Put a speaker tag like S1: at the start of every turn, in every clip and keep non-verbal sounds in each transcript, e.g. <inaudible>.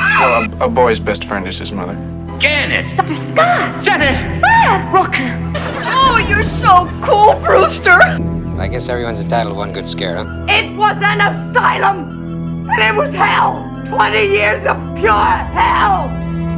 S1: A boy's best friend is his mother.
S2: Janet!
S3: Dr. Scott!
S2: Janet!
S3: Fred! Rooker! Oh, you're so cool, Brewster!
S4: I guess everyone's entitled to one good scare, huh?
S3: It was an asylum! And it was hell! 20 years of pure hell!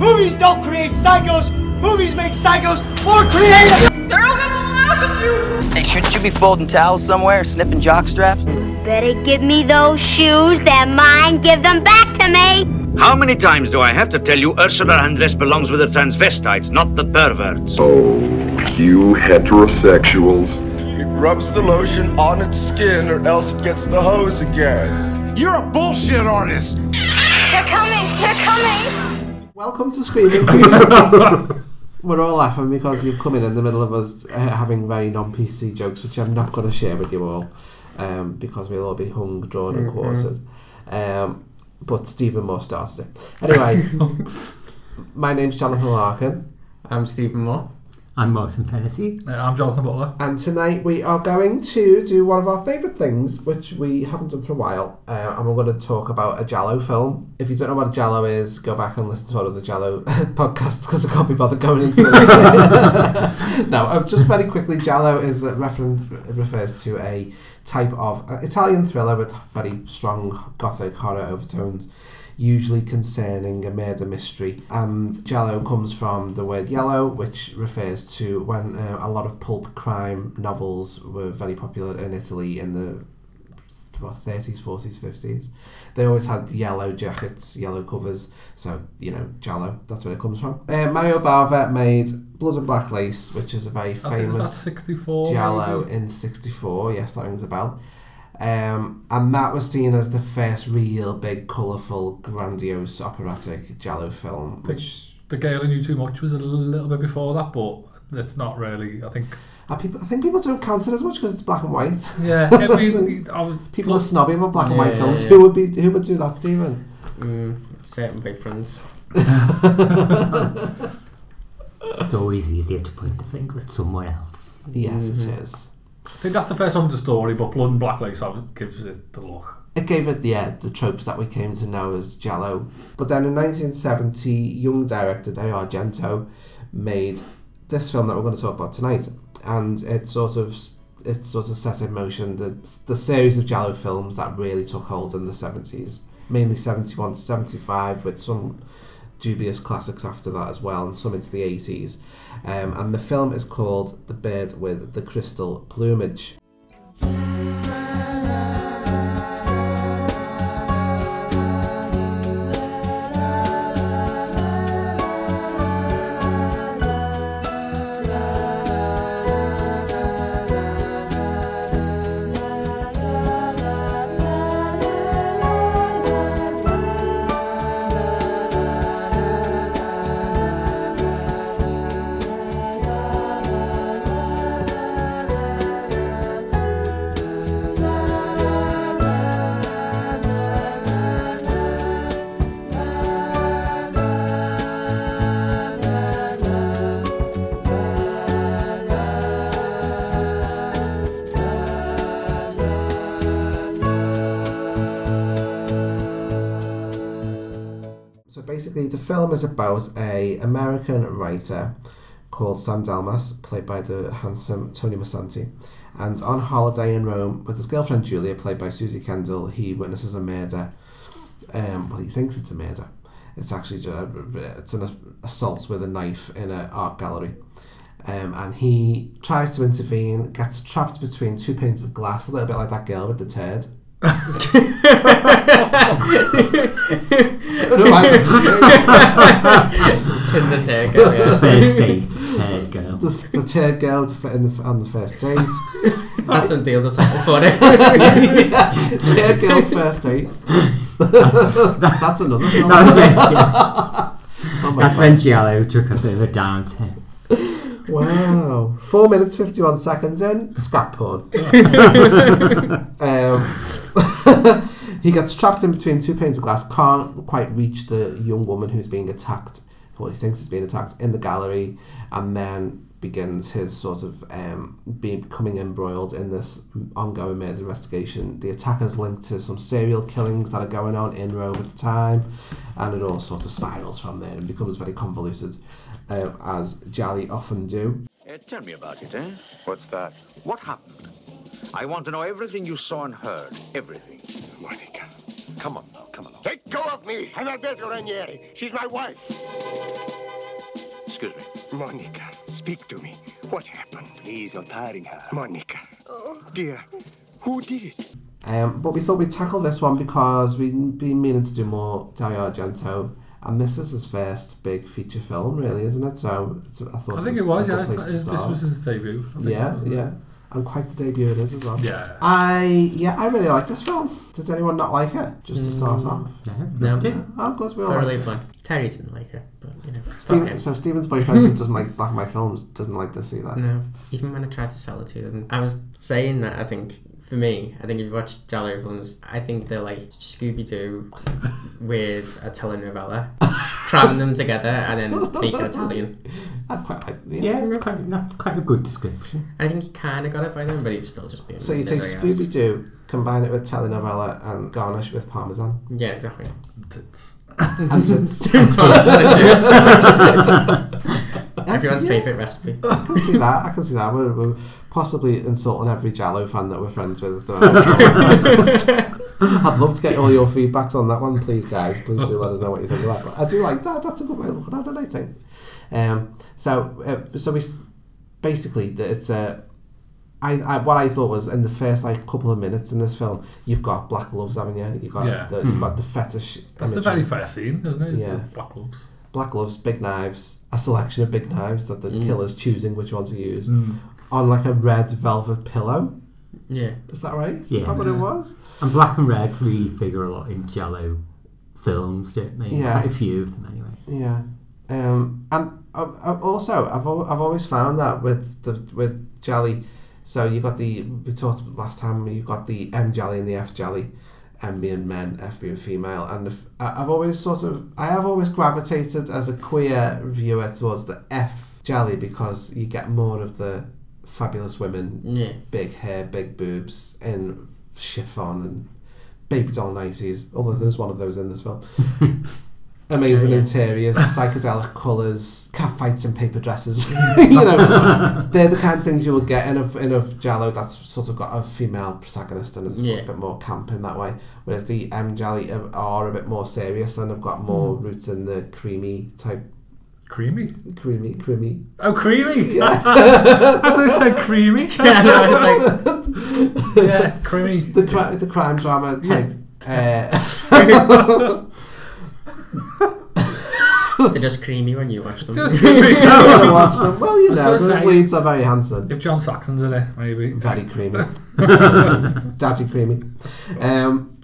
S5: Movies don't create psychos. Movies make psychos more creative.
S3: They're all gonna laugh at you!
S6: Hey, shouldn't you be folding towels somewhere, sniffing jock straps?
S7: Better give me those shoes. They're mine. Give them back to me.
S2: How many times do I have to tell you Ursula Andress belongs with the transvestites, not the perverts?
S8: Oh, you heterosexuals.
S9: It rubs the lotion on its skin or else it gets the hose again.
S10: You're a bullshit artist.
S7: They're coming. They're coming.
S11: Welcome to Screaming Queens. We're all laughing because you've come in in the middle of us uh, having very non-PC jokes, which I'm not going to share with you all, um, because we'll all be hung, drawn, and quartered. Um, but Stephen Moore started it. Anyway, my name's Jonathan Larkin,
S12: I'm Stephen Moore.
S13: I'm Martin Fennessy.
S14: Uh, I'm Jonathan Butler.
S11: and tonight we are going to do one of our favourite things, which we haven't done for a while, uh, and we're going to talk about a Jallo film. If you don't know what a Jallo is, go back and listen to one of the Jallo <laughs> podcasts because I can't be bothered going into it. <laughs> no, uh, just very quickly, Jallo is a reference refers to a type of uh, Italian thriller with very strong gothic horror overtones. usually concerning a murder mystery. And Jello comes from the word yellow, which refers to when uh, a lot of pulp crime novels were very popular in Italy in the what, 30s, 40s, 50s. They always had yellow jackets, yellow covers, so, you know, Jallo, that's where it comes from. Uh, Mario Bava made Blood and Black Lace, which is a very
S14: I think it's that
S11: famous.
S14: 64.
S11: Jallo
S14: maybe?
S11: in 64. Yes, that rings a bell. Um, and that was seen as the first real big, colourful, grandiose, operatic Jallo film. Which
S14: The Gale I Knew Too Much was a little bit before that, but it's not really, I think.
S11: are people, I think people don't count it as much because it's black and white.
S14: Yeah, I mean, I was-
S11: <laughs> people are snobby about black and white
S12: Yeah,
S11: films.
S12: yeah.
S11: Who would be? Who would do that, Stephen?
S12: Mm, certain big friends.
S13: It's always easier to point the finger at someone else.
S11: Yes,
S12: Mm-hmm.
S11: it is.
S14: I think that's the first one of the story, but Blood and Black Lace obviously gives it the look.
S11: It gave it yeah the tropes that we came to know as Jallo. But then in 1970, young director Dario Argento made this film that we're going to talk about tonight, and it sort of it sort of set in motion the the series of Jallo films that really took hold in the 70s, mainly 71 to 75, with some dubious classics after that as well, and some into the 80s. Um, and the film is called The Bird with the Crystal Plumage. So basically, the film is about a American writer called Sam Dalmas, played by the handsome Tony Masanti, and on holiday in Rome with his girlfriend Julia, played by Susie Kendall, he witnesses a murder. Um, well, he thinks it's a murder. It's actually just it's an assault with a knife in an art gallery. Um, and he tries to intervene, gets trapped between two panes of glass, a little bit like that girl with the turd. <laughs> Don't know why I mentioned it.
S12: Tinder take, oh yeah.
S13: First date, third girl.
S11: the, the third girl the, fir- in the, on the first date.
S12: <laughs> That's on the other title for it.
S11: <laughs> third girl's first date. That's another
S13: <laughs>
S11: film.
S13: That's when, yeah,
S11: Oh my
S13: that's
S11: God.
S13: when Giallo took a bit of a downturn.
S11: Wow. Four minutes, 51 seconds in, scat porn. um, <laughs> he gets trapped in between two panes of glass, can't quite reach the young woman who's being attacked, or he thinks is being attacked, in the gallery, and then begins his sort of um, being, becoming embroiled in this ongoing murder investigation. The attack is linked to some serial killings that are going on in Rome at the time, and it all sort of spirals from there and becomes very convoluted, um, as Jolly often do.
S2: Eh, tell me about it, eh? What's that? What happened? I want to know everything you saw and heard. Everything. Monica, come on now, come along.
S10: Take go of me! I'm Alberto Ranieri. She's my wife.
S2: Excuse me.
S10: Monica, speak to me. What happened? Please, you're tiring her. Monica, dear, who did it?
S11: Um, but we thought we'd tackle this one because we've been meaning to do more Dario Argento, and this is his first big feature film, really, isn't it? So it's, I thought
S14: I think
S11: it
S14: it was,
S11: a good
S14: yeah.
S11: place
S14: It's,
S11: to
S14: it's, this
S11: start.
S14: was his debut. I think
S11: yeah,
S14: that was it.
S11: yeah. And quite the debut it is as well.
S14: Yeah.
S11: I yeah, I really like this film. Did anyone not like it? Just to start
S12: Mm,
S11: off.
S12: No, no.
S11: Oh, good. We all
S12: Thoroughly
S11: liked it.
S12: fun. Terry didn't like her, but you know, it's
S11: Steven,
S12: okay.
S11: So Steven's
S12: <laughs>
S11: boyfriend who doesn't like black and white films doesn't like this either. <laughs>
S12: No, even when I tried to sell it to them, I was saying that I think for me, I think if you watch Jalo films, I think they're like Scooby Doo with a telenovela, cramming them together and then making Italian.
S11: I quite like
S13: Yeah, that's quite, that's quite a good description.
S12: I think he kind of got it by then, but he was still just being.
S11: So you take
S12: misery ass.
S11: Scooby Doo, combine it with telenovela, and garnish with parmesan.
S12: Yeah, exactly.
S14: Tits.
S12: <laughs>
S11: And <laughs> tits.
S12: Toss
S11: <laughs>
S12: and tits. Everyone's
S11: Yeah.
S12: favourite recipe.
S11: I can see that. I can see that. We're, we're possibly insulting every Jallo fan that we're friends with. at the
S12: <laughs>
S11: moment. I'd love to get all your feedbacks on that one, please, guys. Please do let us know what you think of that. But I do like that. That's a good way of looking at it, I think. Um, so, uh, so we s- basically th- it's a. I, I, what I thought was in the first like couple of minutes in this film, you've got black gloves, haven't you? You've got
S14: Yeah.
S11: the,
S12: Hmm.
S11: you've got the fetish.
S14: That's the
S11: imagery.
S14: very first scene, isn't it?
S11: Yeah.
S14: The Black Wolves.
S11: black gloves, big knives, a selection of big knives that the
S12: Mm.
S11: killer's choosing which one to use, on like a red velvet pillow.
S12: Yeah.
S11: Is that right? Is
S13: Yeah.
S11: that what it was?
S13: And black and red really figure a lot in Jello films, don't they?
S11: Yeah.
S13: Quite a few of them, anyway.
S11: Yeah. Um, and I, I also, I've, al- I've always found that with the with jelly. So you got the we talked last time. You got the M jelly and the F jelly, M being men, F being female. And if, I- I've always sort of, I have always gravitated as a queer viewer towards the F jelly because you get more of the fabulous women
S12: Yeah.
S11: big hair, big boobs, and chiffon and baby doll nighties. Although there's one of those in this film. <laughs>
S12: Oh,
S11: Amazing
S12: yeah. <laughs>
S11: interiors, psychedelic colours, catfights and paper dresses. <laughs> you
S12: <laughs>
S11: know, they're the kind of things you will get in a in a Jallo that's sort of got a female protagonist and it's
S12: Yeah.
S11: a bit more camp in that way. Whereas the M Jally are- are a bit more serious and have got more
S12: Mm.
S11: roots in the creamy type,
S14: Creamy.
S11: creamy, creamy.
S14: Oh, creamy! <laughs> I thought you said creamy.
S13: <laughs>
S12: I know, I was just
S14: yeah,
S12: <laughs>
S14: creamy.
S11: the, cri- the crime drama type. Uh, <laughs>
S12: like, they're just creamy when you watch them.
S14: Just
S12: yeah, <laughs>
S14: creamy.
S11: Well, watch them. Well, you
S14: I was gonna
S11: know, the
S14: say-
S11: leads are very handsome.
S14: if John Saxon's in it, maybe. <laughs>
S11: Very creamy. Daddy creamy. Um,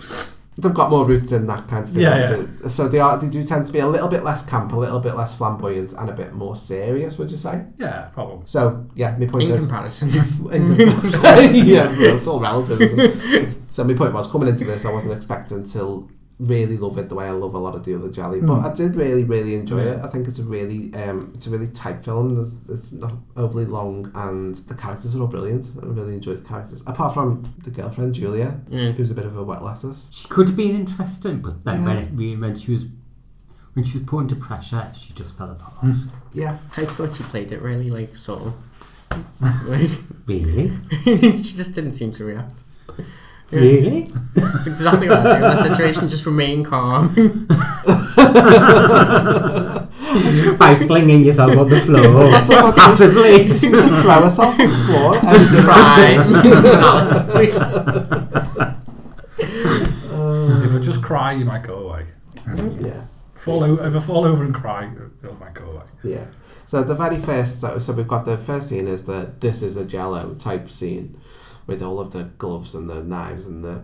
S11: they've got more roots in that kind of thing.
S14: Yeah, yeah.
S11: They- So they are they do tend to be a little bit less camp, a little bit less flamboyant, and a bit more serious, would you say?
S14: Yeah, probably.
S11: So yeah, my point
S12: in
S11: is
S12: comparison.
S11: <laughs>
S12: <laughs>
S11: in comparison. yeah, well, it's all relative. Isn't it? So my point was coming into this, I wasn't expecting to really love it the way I love a lot of the other jelly, but
S12: Hmm.
S11: I did really, really enjoy it. I think it's a really, um, it's a really tight film. There's, it's not overly long, and the characters are all brilliant. I really enjoyed the characters, apart from the girlfriend Julia,
S12: Mm.
S11: who's a bit of a wet lettuce.
S13: She could have been interesting, but then when,
S11: Yeah.
S13: <laughs> it, really- when she was when she was put under pressure, she just fell apart.
S11: Yeah,
S12: I thought she played it really like
S11: <laughs>
S12: subtle. Like
S13: Really?
S12: <laughs> she just didn't seem to react. Yeah.
S13: Really?
S12: That's exactly what I do in that situation. Just remain calm.
S13: <laughs> By flinging yourself on the floor
S11: That's what I'm
S13: passively.
S11: she was to throw herself on the floor.
S12: just
S11: and-
S12: cry. <laughs>
S14: If I just cry, you might go away.
S11: <laughs> yeah.
S14: Fall over, if I fall over and cry, it might go away.
S11: Yeah. So the very first, so, so we've got the first scene is the this is a Jello type scene, with all of the gloves and the knives and the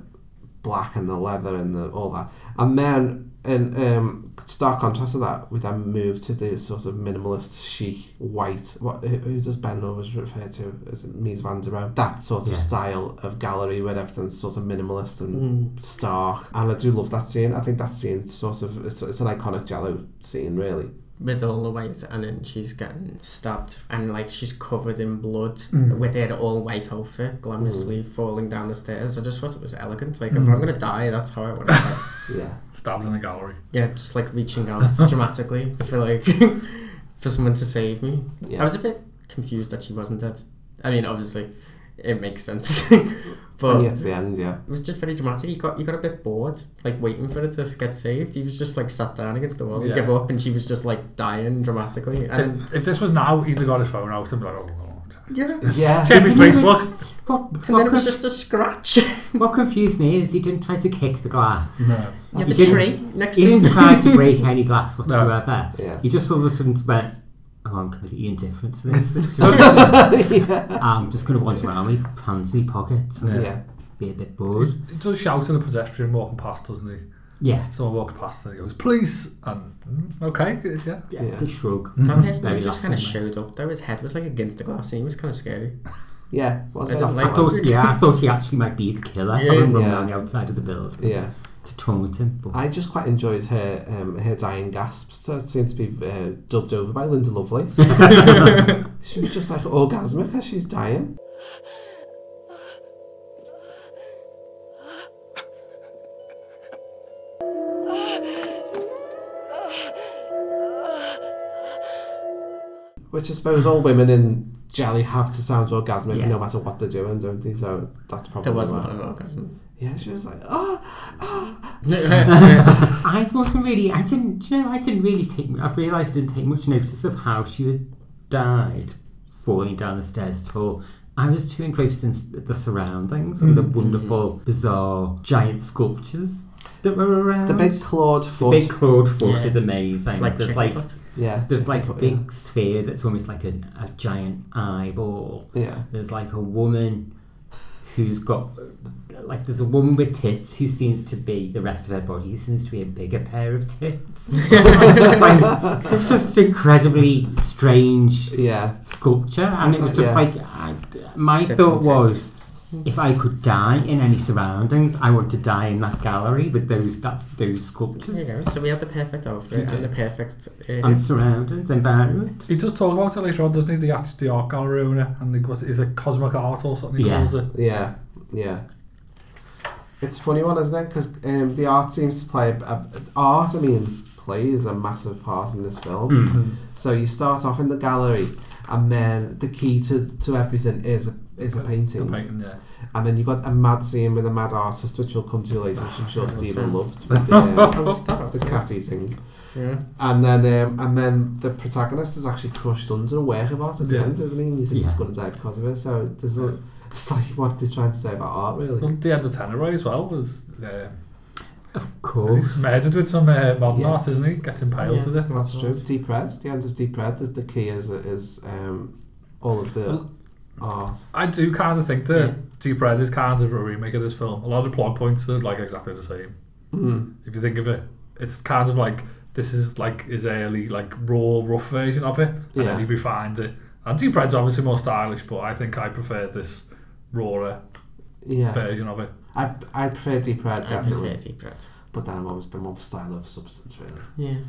S11: black and the leather and the all that, and then in um, stark contrast to that, we then move to the sort of minimalist chic white. What who, who does Ben always refer to as Mies van der Rohe? That sort of
S13: Yeah.
S11: style of gallery where everything's sort of minimalist and stark. And I do love that scene. I think that scene sort of it's, it's an iconic Jello scene really.
S12: with all the white, and then she's getting stabbed, and like she's covered in blood
S13: Mm.
S12: with her all white outfit, glamorously falling down the stairs. I just thought it was elegant. Like, if
S13: Mhm.
S12: I'm gonna die, that's how I want to die.
S11: yeah,
S14: stabbed in the gallery.
S12: Yeah, just like reaching
S13: <laughs>
S12: out dramatically for like <laughs> for someone to save me.
S14: Yeah.
S12: I was a bit confused that she wasn't dead. I mean, obviously, it makes sense. <laughs> but
S11: And yet to the end, yeah.
S12: it was just very dramatic. He got he got a bit bored, like waiting for her to get saved. He was just like sat down against the wall and
S14: Yeah.
S12: give up, and she was just like dying dramatically. And
S14: if, if this was now, he'd have got his phone out and be like, oh, no.
S12: <laughs> yeah,
S11: Yeah.
S14: Check me Facebook.
S13: What,
S12: And then it was just a scratch.
S13: what confused me is he didn't try to kick the glass.
S14: No.
S12: Yeah,
S13: He
S12: the
S13: didn't-
S12: tree next
S13: He
S12: to
S11: <laughs>
S13: didn't
S12: him.
S13: try to break any glass whatsoever.
S11: Yeah.
S13: He just all of a sudden went, oh, I'm completely indifferent to this. I'm just going to wander around with my hands in my pockets and
S14: Yeah.
S13: be a bit bored.
S14: He does shout at a pedestrian walking past, doesn't he?
S13: Yeah.
S14: Someone walking past and he goes, police! And, "Mm, okay, yeah.
S13: Yeah. shrug.
S12: That person
S13: Very
S12: just kind of
S13: last
S12: showed up though. His head was like against the glass, and he was kind of scary.
S11: Yeah,
S13: I, thought, yeah, I
S12: <laughs>
S13: thought he actually might be the killer.
S12: Yeah.
S13: I remember
S11: Yeah.
S13: on the outside of the building.
S11: Yeah.
S13: To taunt him. But
S11: I just quite enjoyed her <laughs> um, her dying gasps that seemed to be uh, dubbed over by
S12: <laughs>
S11: Linda Lovelace. <laughs> she was just like orgasmic as she's dying. Which I suppose all women in jelly have to sound orgasmic
S12: Yeah.
S11: no matter what they're doing, don't they? So that's probably
S12: There was
S11: why.
S12: not an orgasm.
S11: Yeah, she was like, oh,
S13: I wasn't really. I didn't. do You know, I didn't really take. I've realised I didn't take much notice of how she had died, falling down the stairs at all. I was too engrossed in s- the surroundings and the
S10: Mm-hmm.
S11: Mm.
S13: wonderful, bizarre, giant sculptures that were around.
S11: The big clawed foot.
S13: The big clawed foot is
S11: Yeah.
S13: amazing.
S11: Like
S13: there's
S11: chicken
S13: like
S11: foot. Yeah,
S13: there's
S11: chicken
S13: like a
S11: foot,
S13: big sphere that's almost like a, a giant eyeball.
S11: Yeah.
S13: There's like a woman who's got like there's a woman with tits who seems to be the rest of her body seems to be a bigger pair of tits.
S11: <laughs>
S13: it's, just like, it's just incredibly strange
S11: yeah.
S13: sculpture, and it was just
S11: Yeah.
S13: like I, my
S11: Tits
S13: thought
S11: and
S13: was. If I could die in any surroundings, I want to die in that gallery with those that's those sculptures.
S12: There you go. So we had the perfect outfit and the perfect. Uh,
S13: and surroundings, environment.
S14: He does talk about it later on, doesn't he? The art, the art gallery owner, and he was, is a cosmic art or something he
S13: Yeah.
S14: calls it.
S11: Yeah, yeah. It's a funny one, isn't it? Because um, the art seems to play a, a- art. I mean, plays a massive part in this film.
S13: Mm. Mm.
S11: So you start off in the gallery, and then the key to, to everything is a, is a painting.
S14: A painting, yeah.
S11: And then you've got a mad scene with a mad artist, which we'll come to later, which I'm sure
S14: I loved
S11: Stephen
S14: that.
S11: loved. With the,
S14: I loved
S11: uh,
S14: that.
S11: the cat eating.
S14: Yeah.
S11: And then, um, and then the protagonist is actually crushed under a work of art at the
S14: Yeah.
S11: end, isn't he? And you think he's
S13: Yeah.
S11: going to die because of it. So there's a, it's like what they're trying to say about art, really.
S14: And the end of Tenebrae as well was. Uh,
S13: of course.
S14: He's murdered with some uh, modern art, isn't he? Gets impaled
S11: Yeah.
S14: to death.
S11: That's true. It's Deep Red. The end of Deep Red. The, the key is is um, all of the art.
S14: I do kind of think that Deep Red is kind of a remake of this film. A lot of plot points are like exactly the same.
S11: Mm.
S14: If you think of it, it's kind of like this is like his early like raw rough version of it, and
S11: Yeah.
S14: then he refined it. And Deep Red's obviously more stylish, but I think I prefer this rawer
S11: Yeah.
S14: version of it.
S11: I I prefer Deep Red
S12: prefer
S11: definitely.
S12: Deep Red.
S11: But then I've always been more for style over substance, really.
S12: Yeah.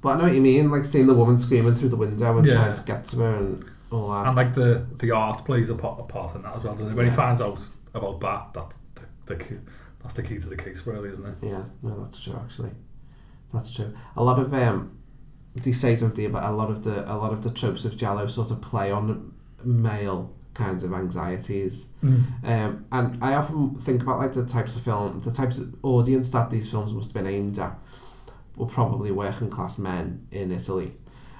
S11: But I know what you mean, like seeing the woman screaming through the window and
S14: Yeah.
S11: trying to get to her and all that.
S14: And like the the art plays a part, a part in that as well, doesn't it? When
S11: Yeah.
S14: he finds out about that, that's the, the key, that's the key to the case, really, isn't it?
S11: Yeah, no, that's true. Actually, that's true. A lot of um, they say don't they, but a lot of the a lot of the tropes of Jallo sort of play on male kinds of anxieties.
S14: Mm.
S11: Um, and I often think about like the types of film, the types of audience that these films must have been aimed at were probably working class men in Italy,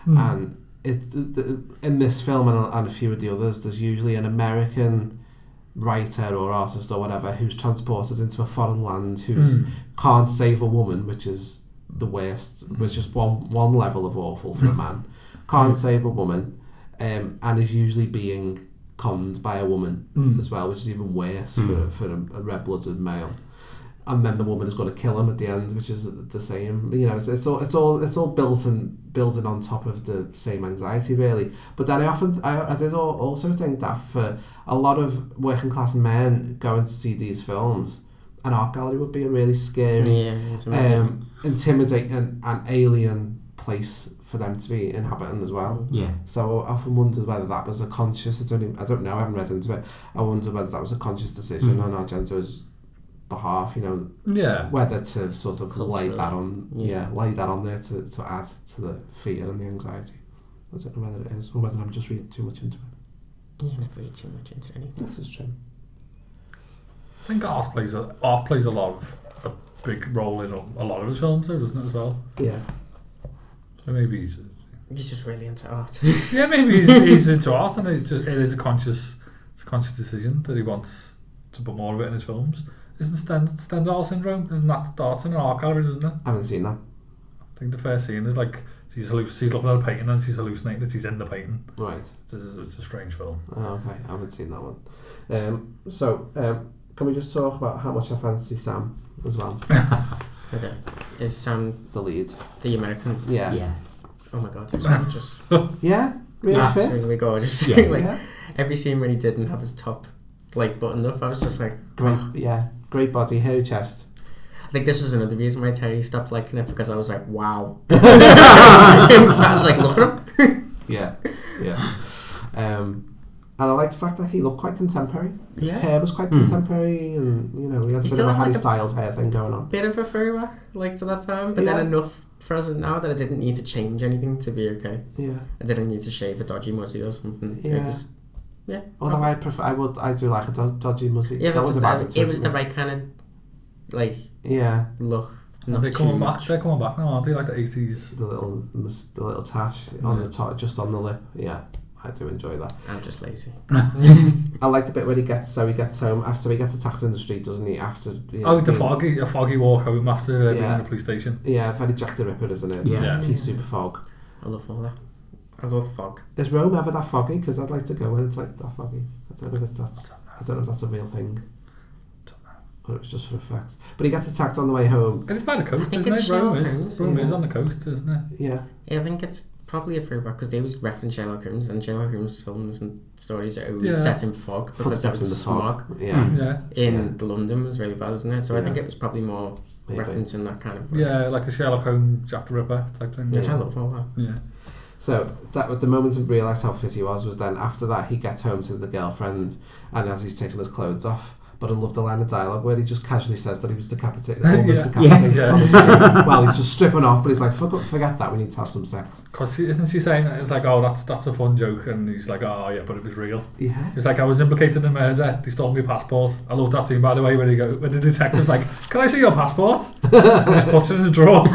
S14: Mm.
S11: and it the, the, in this film and a, and a few of the others, there's usually an American writer or artist or whatever who's transported into a foreign land who's
S14: Mm.
S11: can't save a woman, which is the worst, which is one one level of awful for a
S14: Mm.
S11: man. Can't save a woman, um, and is usually being conned by a woman
S14: Mm.
S11: as well, which is even worse
S14: Mm.
S11: for, for a, a red blooded male. And then the woman is going to kill him at the end, which is the same. You know, it's, it's all it's all it's all built in building on top of the same anxiety, really. But then I often I, I did al- also think that for a lot of working class men going to see these films, an art gallery would be a really scary,
S12: Yeah, intimidating.
S11: um, intimidating and alien place for for them to be inhabiting as well.
S13: Yeah.
S11: So I often wondered whether that was a conscious. I don't. Even, I don't know. I haven't read into it. I wonder whether that was a conscious decision
S13: Mhm.
S11: on Argento's behalf. You know.
S14: Yeah.
S11: Whether to sort of lay
S14: Culturally.
S11: that on. Yeah.
S14: Yeah.
S11: Lay that on there to, to add to the fear and the anxiety. I don't know whether it is or whether I'm just reading too much into it.
S12: You can never read too much into anything.
S11: This is true.
S14: I think art plays a, art plays a lot of a big role in a, a lot of his films, though, doesn't it as well?
S11: Yeah.
S14: So maybe he's
S12: He's just really into art. <laughs>
S14: yeah, maybe he's, he's into art, and it's just, it is a conscious it's a conscious decision that he wants to put more of it in his films. Isn't Stend- Stendhal syndrome? Isn't that darts in an art gallery, isn't it?
S11: I haven't seen that.
S14: I think the first scene is like she's halluc- she's looking at a painting and she's hallucinating that she's in the painting.
S11: Right.
S14: It's a, it's a strange film.
S11: Oh, okay, I haven't seen that one. Um, so, um, can we just talk about how much I fancy Sam as well?
S12: okay. Is Sam
S11: the lead?
S12: um, The American?
S11: Yeah. Yeah.
S12: Oh my god, he
S11: <laughs>
S12: was gorgeous.
S11: Yeah, really fit.
S12: Absolutely gorgeous.
S11: Yeah.
S12: <laughs> like,
S11: Yeah.
S12: Every scene when he didn't have his top like buttoned up, I was just like,
S11: Great, yeah, great body, hairy chest.
S12: I think this was another reason why Terry stopped liking it because I was like,
S11: <laughs>
S12: wow. <laughs> I was like, look at him. <laughs>
S11: Yeah, yeah. Um, and I like the fact that he looked quite contemporary. His
S12: Yeah.
S11: hair was quite
S12: Hmm.
S11: contemporary, and you know, he had a
S12: He
S11: bit
S12: still
S11: of a
S12: had,
S11: Harry
S12: like, a-
S11: Styles hair thing going on.
S12: Bit of a throwback, like to that time, but
S11: Yeah.
S12: then enough for us now that I didn't need to change anything to be okay.
S11: Yeah.
S12: I didn't need to shave a dodgy muzzy or something.
S11: Yeah.
S12: It was, yeah.
S11: Although I prefer, I would, I do like a do- dodgy music.
S12: yeah,
S11: that was about
S12: that, it was the right kind of like
S11: Yeah.
S12: look.
S14: And
S12: Not
S14: they're
S12: too
S14: coming back.
S12: much.
S14: They're coming back now, aren't they? Like the eighties.
S11: The little, the little tash on
S14: Yeah.
S11: the top, just on the lip. Yeah, I do enjoy that.
S12: I'm just lazy.
S11: I like the bit when he gets so he gets home after he gets attacked in the street, doesn't he? After you know,
S14: Oh, the
S11: being-
S14: foggy, a foggy walk home after uh, being
S11: Yeah.
S14: in the police station.
S11: Yeah, very Jack the Ripper, isn't it?
S14: Yeah. Yeah.
S11: He's super fog.
S12: I love all that. I love fog.
S11: Is Rome ever that foggy? Because I'd like to go when it's like that foggy. I don't know if that's I don't know if that's a real thing. Or it's just for effect. But he gets attacked on the way home.
S14: It's by the
S12: I
S14: coast,
S12: think
S14: isn't
S12: it's
S14: it? Rome
S12: Sherlock
S14: is.
S12: Holmes,
S14: Rome
S12: yeah.
S14: is on the coast, isn't it?
S11: Yeah.
S12: I think it's probably a throwback because they always reference Sherlock Holmes, and Sherlock Holmes films and stories are always
S14: Yeah.
S12: set in fog because that
S11: Footsteps
S12: was
S11: in the fog.
S12: smog.
S11: Yeah. Mm.
S14: Yeah.
S12: In London was really bad, wasn't it? So I
S14: Yeah.
S12: think it was probably more
S11: Maybe.
S12: referencing that kind of.
S14: Yeah, like a Sherlock Holmes, Jack the Ripper type thing.
S12: Which I love all that.
S14: Yeah.
S11: So that the moment I realised how fit he was was then after that he gets home to the girlfriend and as he's taking his clothes off. But I love the line of dialogue where he just casually says that he
S14: <laughs>
S11: was decapitated,
S14: Yeah.
S11: almost
S14: Yeah.
S11: decapitated
S14: Yeah.
S11: on
S14: <laughs>
S11: his way. Well, he's just stripping off, but he's like, forget, forget that, we need to have some sex.
S14: Because isn't she saying it's like, oh, that's that's a fun joke, and he's like, oh yeah, but it was real.
S11: Yeah.
S14: It's like I was implicated in murder. They stole my passport. I love that scene by the way, where he go, when the detective's like, can I see your passport? and just puts it in
S12: <laughs>
S14: the drawer.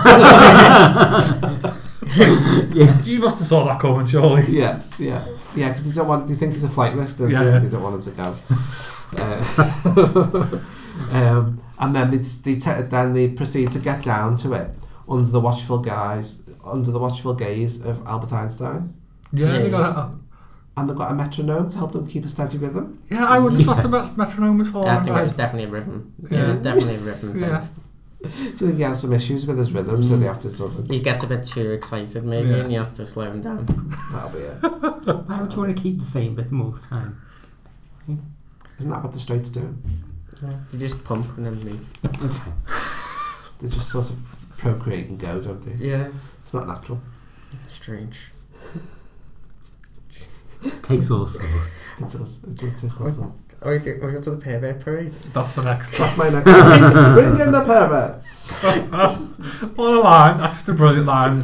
S14: <laughs> Like, You must have saw that coming, surely.
S11: Yeah, yeah, yeah. Because they don't want. They think he's a flight risk. Don't
S14: Yeah,
S11: they?
S14: yeah.
S11: They don't want him to go. Uh, <laughs> um, and then they, they te- then they proceed to get down to it under the watchful guise, under the watchful gaze of Albert Einstein.
S14: Yeah, they got a,
S11: And they've got a metronome to help them keep a steady rhythm.
S14: yeah. I wouldn't have thought the metronome was falling.
S12: I think it was definitely a rhythm. It was definitely a rhythm. Thing.
S14: Yeah.
S11: So he has some issues with his rhythm, so they have to sort of.
S12: He
S14: Mm.
S12: gets a bit too excited, maybe,
S11: Yeah.
S12: and he has to slow him down.
S11: That'll be it.
S13: Why would you want to keep the same rhythm all the time?
S11: Isn't that what the straights do?
S12: You just pump and then move.
S11: They just sort of procreate and go, don't they?
S12: Yeah.
S11: It's not natural.
S12: It's strange.
S13: Takes all sorts.
S11: It does. It does take
S12: Are
S14: <laughs>
S11: us all.
S12: Oh, we, do, are we up to the pervert parade?
S14: That's the next.
S11: That's my next one. Bring in the
S14: <laughs>
S11: perverts.
S14: what a line! That's just a
S12: <laughs>
S14: brilliant line.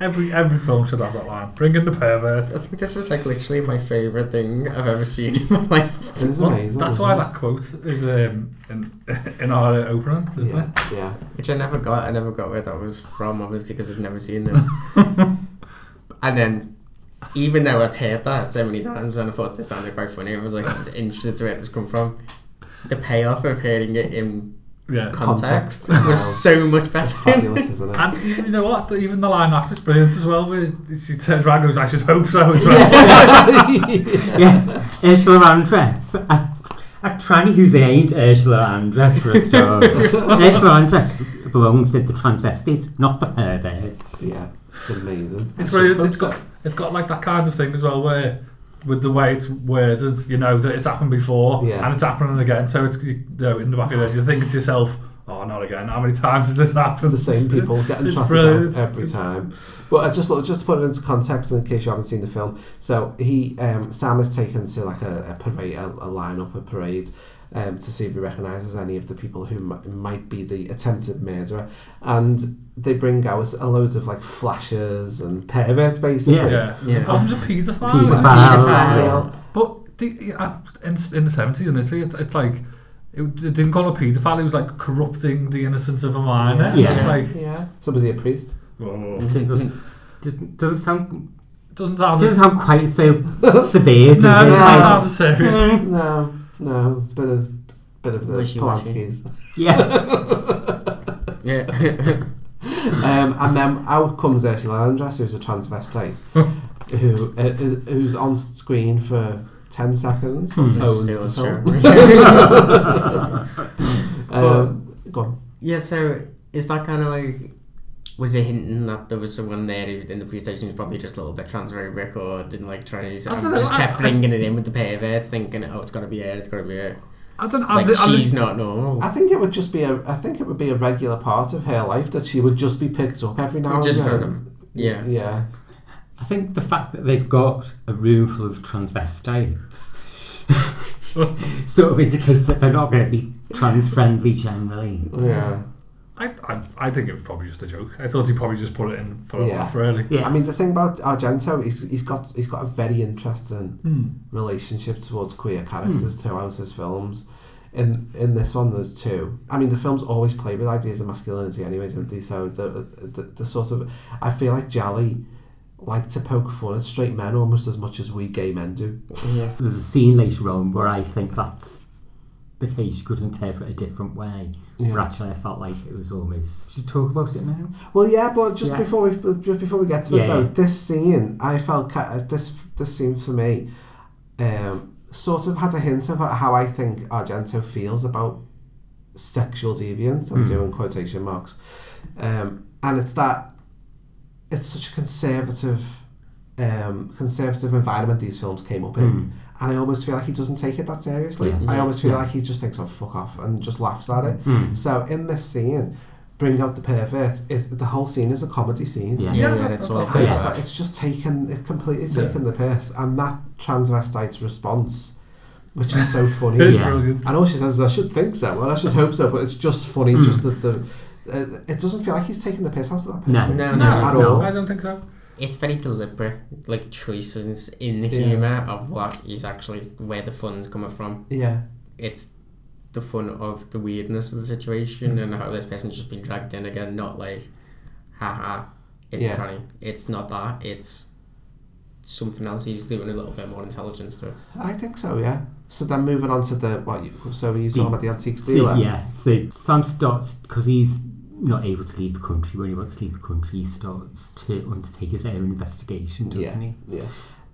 S14: every every film should have that line. Bring in the pervert.
S12: I think this is like literally my favourite thing I've ever seen in my life.
S11: It is
S14: Well,
S11: amazing.
S14: that's
S11: isn't
S14: why
S11: it?
S14: that quote is um, in <laughs> in our uh, opening, isn't
S11: Yeah.
S14: it?
S11: Yeah.
S12: Which I never got. I never got where that was from, obviously, because I'd never seen this. and then, even though I'd heard that so many times and I thought it sounded quite funny, I was like, I was interested to where it was come from. The payoff of hearing it in
S14: Yeah.
S12: context,
S14: Context.
S12: was so much better.
S11: It's fabulous,
S14: <laughs>
S11: isn't it?
S14: And you know what? Even the line after is brilliant as well. Where she turns around and goes, "I should hope so."
S12: <laughs>
S13: <laughs>
S14: as well."
S13: yes, Ursula Andress. A, a tranny who's named Ursula Andress for a
S11: <laughs>
S13: story. Ursula Andress belongs with the transvestites, not the perverts.
S11: Yeah, it's amazing.
S14: It's brilliant. It's got it's got like that kind of thing as well, where with the way it's worded, you know that it's happened before
S11: Yeah.
S14: and it's happening again. So it's you know in the back of your head, you think to yourself, oh, not again. How many times has this happened?
S11: It's the same people getting
S14: It's
S11: traumatized
S14: brilliant.
S11: every time. But I just look, just to put it into context, in case you haven't seen the film, so he um, Sam is taken to like a, a parade, a, a line up, a parade. Um, to see if he recognises any of the people who m- might be the attempted murderer, and they bring out a load of like flashers and perverts, basically.
S14: Yeah.
S13: <laughs>
S14: Mum's a paedophile.
S11: Paedophile.
S14: But the, uh, in, in the 70s in Italy, it's, it's like, it, it didn't call a paedophile, it was like corrupting the innocence of a minor.
S11: Yeah.
S14: It's like,
S11: yeah. So was he a priest?
S14: Whoa.
S13: doesn't, doesn't sound
S14: doesn't sound
S13: doesn't
S14: as-
S13: sound quite so severe. Does
S14: No,
S13: it?
S14: it doesn't
S13: Like-
S14: sound as serious.
S13: Mm.
S11: No, no, it's a bit of, bit of the
S13: Wishy-washy.
S11: Polanskis.
S13: Yes.
S12: <laughs>
S11: yeah. um, and then out comes Ursula Andress, who's
S13: <laughs>
S11: a transvestite, who uh, is- who's on screen for ten seconds.
S12: Hmm.
S11: Owns
S12: Still
S11: the
S12: a
S11: film.
S13: <laughs>
S11: <laughs> um,
S12: But-
S11: go on.
S12: Yeah, so is that kind of like. Was it hinting that there was someone there who, in the police station who's probably just a little bit transphobic or didn't like trying to use it?
S14: I
S12: and
S14: dunno,
S12: just
S14: I-
S12: kept
S14: I-
S12: bringing it in with the perverts, thinking, oh, it's got to be her, it's got to be her.
S14: I don't
S12: Like, she's not normal.
S11: I think it would just be a. I think it would be a regular part of her life that she would just be picked up every now
S12: Just
S11: and
S12: for
S11: then.
S12: them. Yeah.
S11: Yeah.
S13: I think the fact that they've got a room full of transvestites <laughs> sort of indicates that they're not going to be trans friendly generally.
S11: Yeah.
S14: I, I, I think it was probably just a joke. I thought he probably just put it in for a laugh, really.
S11: I mean, the thing about Argento, he's, he's got he's got a very interesting
S14: Hmm.
S11: relationship towards queer characters
S13: Hmm.
S11: throughout his films. In in this one, there's two. I mean, the films always play with ideas of masculinity, anyway, don't they? So the the, the sort of I feel like Jolly like to poke fun at straight men almost as much as we gay men do.
S13: There's a scene later on where I think that's the case you could interpret a different way. Where actually I felt like it was almost. Should we talk about it now?
S11: Well, yeah, but just
S13: Yeah.
S11: before we just before we get to it
S13: Yeah,
S11: though,
S13: yeah.
S11: this scene I felt ca- uh, this this scene for me, um, sort of had a hint of how I think Argento feels about sexual deviance. I'm
S13: Hmm.
S11: doing quotation marks, um, and it's that it's such a conservative, um, conservative environment these films came up in.
S13: Hmm.
S11: And I almost feel like he doesn't take it that seriously.
S13: Yeah.
S11: I almost feel
S13: Yeah.
S11: like he just thinks, "Oh fuck off," and just laughs at it.
S13: Hmm.
S11: So in this scene, bring out the pervert is the whole scene is a comedy scene.
S13: Yeah. Yeah, Yeah, that's what I
S11: And it's,
S13: thought.
S11: it's just taken it completely
S13: Yeah.
S11: taken the piss, and that transvestite's response. Which is
S13: <laughs>
S11: so funny,
S13: It's Yeah. brilliant.
S11: and all she says is, "I should think so," and I should hope so, but it's just funny.
S13: Hmm.
S11: Just that the, uh, it doesn't feel like he's taking the piss out of that
S13: No.
S11: person.
S12: No, no, it's
S11: at
S12: not.
S11: all.
S14: I don't think so.
S12: It's very deliberate, like choices in the
S11: Yeah.
S12: humour of what is actually where the fun's coming from.
S11: Yeah.
S12: It's the fun of the weirdness of the situation and how this person's just been dragged in again, not like, haha, it's
S11: Yeah.
S12: funny. It's not that, it's something else he's doing a little bit more intelligence to. it.
S11: I think so. Yeah. So then moving on to the what? You, so you
S13: The-
S11: talking about the antique dealer?
S13: So, yeah, so Sam starts, because he's not able to leave the country, when he wants to leave the country, he starts to undertake his own investigation, doesn't
S11: Yeah,
S13: he?
S11: yeah.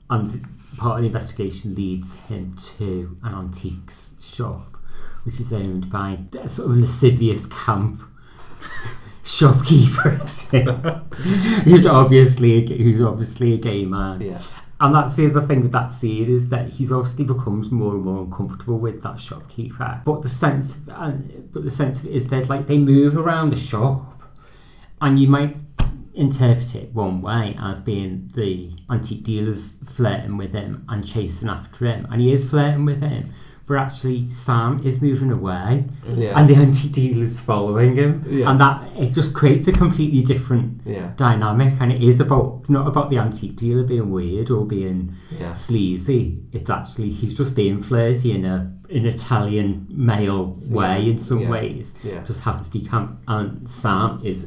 S13: And part of the investigation leads him to an antiques shop, which is owned by a sort of lascivious camp shopkeeper, is it? who's obviously a, who's obviously a gay man.
S11: Yeah.
S13: And that's the other thing with that scene is that he's obviously becomes more and more uncomfortable with that shopkeeper. But the sense, and but the sense of it is that like they move around the shop, and you might interpret it one way as being the antique dealers flirting with um, him and chasing after him, and he is flirting with him. But actually, Sam is moving away,
S11: Yeah.
S13: and the antique dealer's following him,
S11: Yeah.
S13: and that it just creates a completely different
S11: Yeah.
S13: dynamic and it is about it's not about the antique dealer being weird or being
S11: Yeah.
S13: sleazy it's actually he's just being flirty in a an Italian male way in some
S11: Yeah.
S13: ways
S11: Yeah.
S13: just happens to be camp and Sam is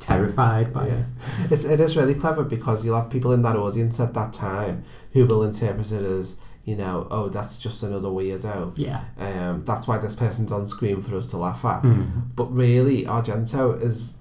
S13: terrified by
S11: Yeah.
S13: it
S11: <laughs> It's, it is really clever because you'll have people in that audience at that time who will interpret it as, you know, oh, that's just another weirdo.
S13: Yeah.
S11: Um, that's why this person's on screen for us to laugh at.
S13: Mhm.
S11: But really, Argento is.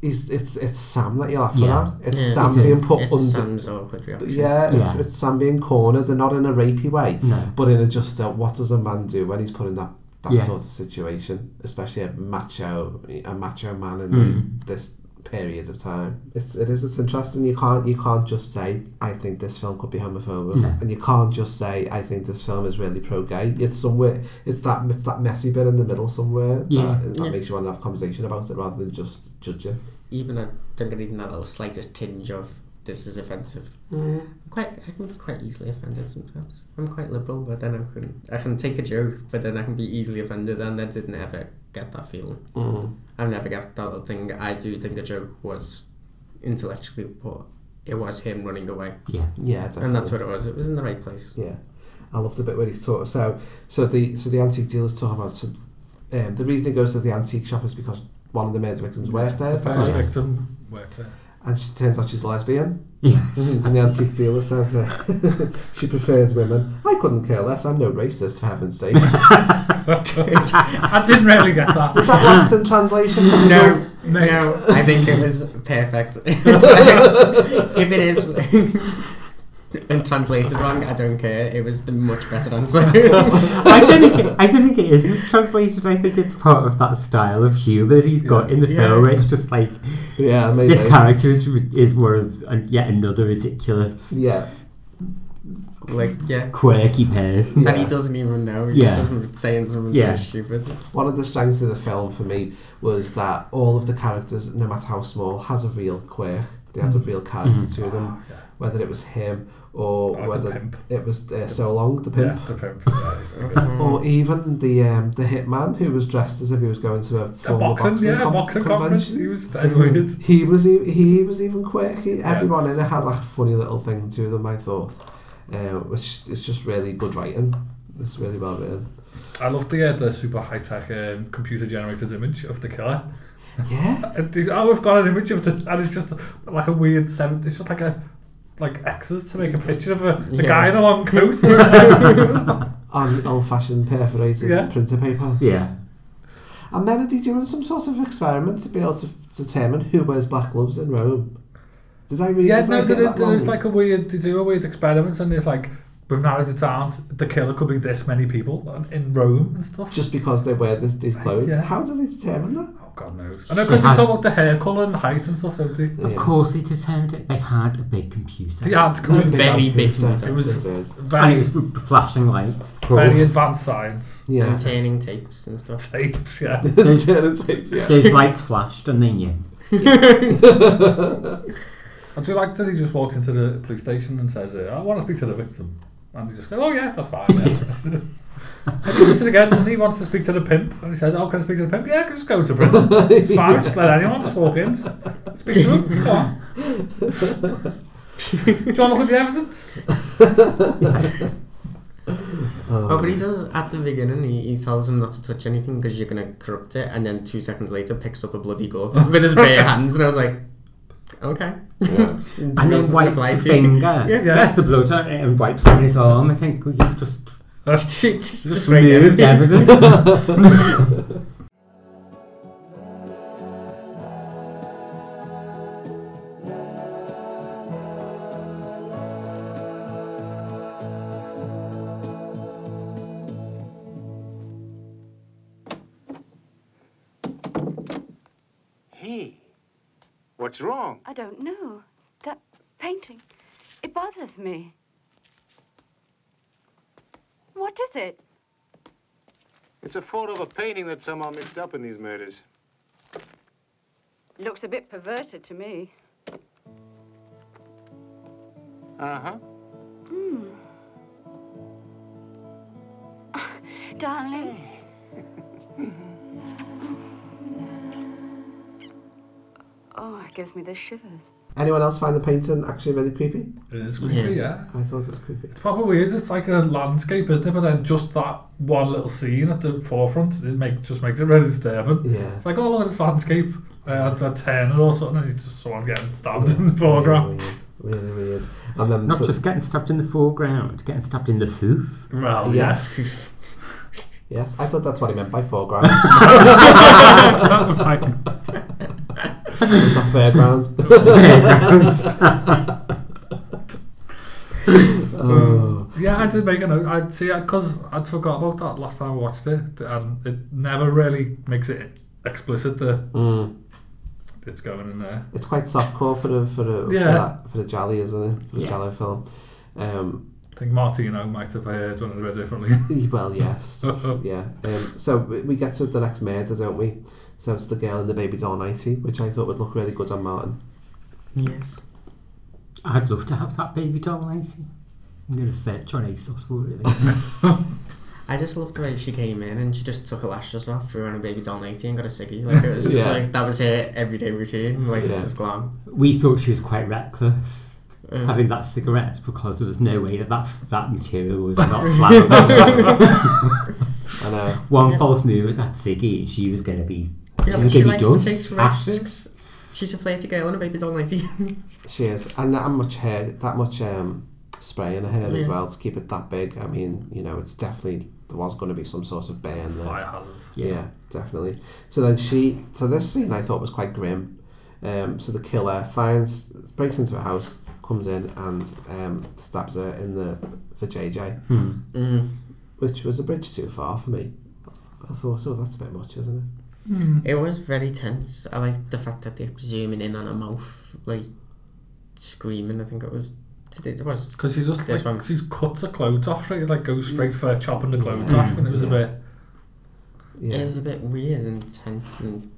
S11: He's, it's it's Sam that you're laughing
S13: Yeah.
S11: at. It's
S12: Yeah,
S11: Sam
S12: it
S11: being
S12: is.
S11: put
S12: It's
S11: under.
S12: Sam's awkward reaction.
S11: Yeah, it's,
S12: Yeah.
S11: it's Sam being cornered and not in a rapey way,
S13: No.
S11: but in a just uh, what does a man do when he's put in that, that
S13: Yeah.
S11: sort of situation, especially a macho a macho man in
S13: Mm.
S11: this period of time. It's it is it's interesting. You can't you can't just say I think this film could be homophobic,
S13: No.
S11: and you can't just say I think this film is really pro gay. It's somewhere it's that it's that messy bit in the middle somewhere
S12: Yeah.
S11: that, that
S12: Yeah.
S11: makes you want to have a conversation about it rather than just judge it.
S12: Even I don't get even that little slightest tinge of this is offensive.
S13: Mm.
S12: Quite, I can be quite easily offended sometimes. I'm quite liberal, but then I can I can take a joke, but then I can be easily offended, and I didn't ever get that feeling.
S11: Mm.
S12: I've never got that little thing. I do think the joke was intellectually, but it was him running away.
S13: Yeah.
S11: Yeah,
S12: and that's
S11: definitely.
S12: what it was. It was in the right
S13: <laughs>
S12: place. <laughs>
S11: Yeah, I love the bit where he's talking. So, so the so the antique dealer's talking about. So, um, the reason he goes to the antique shop is because one of the murder victims worked there.
S14: The
S11: is that
S14: first
S11: right?
S14: victim worked there.
S11: And she turns out she's lesbian.
S13: Yeah.
S11: <laughs> and the antique dealer says uh, <laughs> she prefers women. I couldn't care less. I'm no racist, for heaven's sake.
S14: I didn't really get that.
S11: <laughs> Was that lost in translation? from the
S12: No,
S11: dub?
S12: no, I think it was
S13: <laughs>
S12: perfect. if it is <laughs> and translated wrong, I don't care. It was the much better
S13: <laughs>
S12: answer.
S13: I don't think it, I don't think it is mistranslated. I think it's part of that style of humour that he's got in the
S12: Yeah.
S13: film, where it's just like,
S11: Yeah,
S13: this
S11: maybe.
S13: character is, is more of an, yet another ridiculous,
S11: Yeah.
S12: like yeah,
S13: quirky person.
S12: that he doesn't even know. He's
S13: Yeah.
S12: just saying something
S13: Yeah.
S12: so stupid.
S11: One of the strengths of the film for me was that all of the characters, no matter how small, has a real quirk. They had a real character
S13: Mm.
S11: to them, whether it was him or
S14: Or Oh, the
S11: whether
S14: pimp.
S11: it was uh, so long the pimp.
S14: Yeah, the pimp. Yeah, he's the good-
S11: Or even the um, the hitman who was dressed as if he was going to a
S14: The
S11: formal
S14: boxing,
S11: boxing,
S14: yeah,
S11: con-
S14: boxing conference.
S11: convention. Hmm.
S14: He was dead weird.
S11: He was e- he was even quirky. Everyone in it had like a funny little thing to them. I thought, uh, which is just really good writing. It's really
S14: <laughs>
S11: well written.
S14: I love the, uh, the super high tech um, computer generated image of the killer. <laughs>
S11: Yeah.
S14: And dude, oh, we've got an image of the, and it's just like a weird seven. It's just like a like X's to make a picture of a the
S12: Yeah.
S14: guy in a long
S11: <laughs>
S14: coat.
S11: on old-fashioned perforated
S14: Yeah.
S11: printer paper.
S13: Yeah.
S11: And then are they doing some sort of experiment to be able to determine who wears black gloves in Rome? Did I read?
S14: yeah,
S11: did I
S14: no,
S11: get
S14: there is,
S11: that
S14: there is
S11: wrong?
S14: like a weird. They do a weird experiment, and it's like we've narrowed it down. to- The killer could be this many people and- in Rome and stuff.
S11: just because they wear this, these clothes.
S14: yeah.
S11: How do they determine that?
S14: Oh God knows. I know because it's all about the hair color and height and stuff. Don't they?
S13: Of course, they determined it. They had a big computer.
S14: They had
S12: Very big.
S14: It was
S13: and it
S14: very
S13: was with flashing lights.
S14: very
S13: Those-
S14: advanced science.
S11: Yeah.
S12: Containing tapes and stuff.
S14: Tapes, yeah.
S11: <laughs>
S13: Those,
S11: Turning tapes, yeah.
S13: those lights flashed, and they knew.
S14: I do like that he just walks into the police station and says, uh, "I want to speak to the victim," and they just go, "Oh yeah, that's fine." Yeah. and he does it again, doesn't he? He Wants to speak to the pimp, and he says, "Oh, can I speak to the pimp?" Yeah, I can just go to prison. It's fine. Just let anyone just walk in, s- speak to them. Come on. do you want to look at the evidence?
S12: Oh, but he does at the beginning. He, he tells him not to touch anything because you're gonna corrupt it, and then two seconds later picks up a bloody glove <laughs> with his bare hands, and I was like, okay. <laughs>
S11: Yeah.
S12: and
S13: And then wipes the finger.
S12: Yeah.
S13: That's the blood on it and wipes on his arm. I think you've just
S12: <laughs> It's just,
S13: just
S12: right there. <laughs>
S13: removed evidence.
S10: Hey, what's wrong?
S1: I don't know. That painting, it bothers me. What is it?
S10: It's a photo of a painting that's somehow mixed up in these murders.
S1: Looks a bit perverted to me.
S10: Uh huh.
S1: Hmm. Darling. oh, it gives me the shivers.
S11: Anyone else find the painting actually really creepy?
S14: It is creepy, yeah.
S11: I thought it was creepy.
S14: It's probably weird. It's like a landscape, isn't it? But then just that one little scene at the forefront it make, just makes it really disturbing.
S11: Yeah.
S14: It's like, oh, look at this landscape. Uh, at a turn or something, and it's just someone getting stabbed in the foreground.
S11: Really weird. Really weird. And then
S13: Not
S11: so-
S13: just getting stabbed in the foreground, getting stabbed in the hoof.
S14: Well,
S11: Yes.
S14: yes.
S11: Yes, I thought that's what he meant by foreground. <laughs> it's not fairground. <laughs> oh.
S14: Yeah, I did make a note. I see, because I'd forgot about that last time I um, watched it, and it never really makes it explicit the
S11: Mm.
S14: it's going in there.
S11: It's quite softcore for the for the
S14: Yeah.
S11: for, that, for the jolly, isn't it? For the
S14: Yeah.
S11: Jello film. Um,
S14: I think Martino might have uh, done it a bit differently.
S11: well,
S14: <laughs>
S11: yes, yeah. Um, so we we get to the next murder, don't we? So it's the girl and the baby's all nighty, which I thought would look really good on Martin.
S13: Yes. I'd love to have that baby doll, Lacey. I'm going to search on ASOS for it. Lacey.
S12: <laughs> I just loved the way she came in and she just took her lashes off, threw on a baby doll 90 and got a ciggy. Like, it was just
S13: Yeah.
S12: like, that was her everyday routine. Like, just glam. Um,
S13: we thought she was quite reckless
S12: Yeah.
S13: having that cigarette because there was no way that that, that material was not flammable.
S11: <laughs> I know.
S13: One
S12: Yeah.
S13: false move with that ciggy, and she was going to be.
S12: Yeah,
S13: she
S12: but
S13: was
S12: she
S13: going to be
S12: likes
S13: done.
S12: to take risks. She's a flirty girl and a baby doll <laughs> 90.
S11: She is, and that much hair, that much um, spray in her hair as
S12: Yeah.
S11: well to keep it that big. I mean, you know, it's definitely there was going to be some sort of burn there.
S14: Fire hazard.
S11: Yeah. definitely. So then she, so this scene I thought was quite grim. Um, so the killer finds, breaks into her house, comes in and um, stabs her in the for JJ,
S13: Hmm.
S12: Mm.
S11: which was a bridge too far for me. I thought, oh, that's a bit much, isn't it?
S14: Hmm.
S12: It was very tense. I like the fact that they kept zooming in on her mouth, like screaming. I think it was. It was
S14: Because she just
S12: this
S14: like,
S12: one.
S14: she cuts her clothes off, she like goes straight for chopping the clothes off, and it was a bit.
S11: Yeah.
S12: It was a bit weird and tense and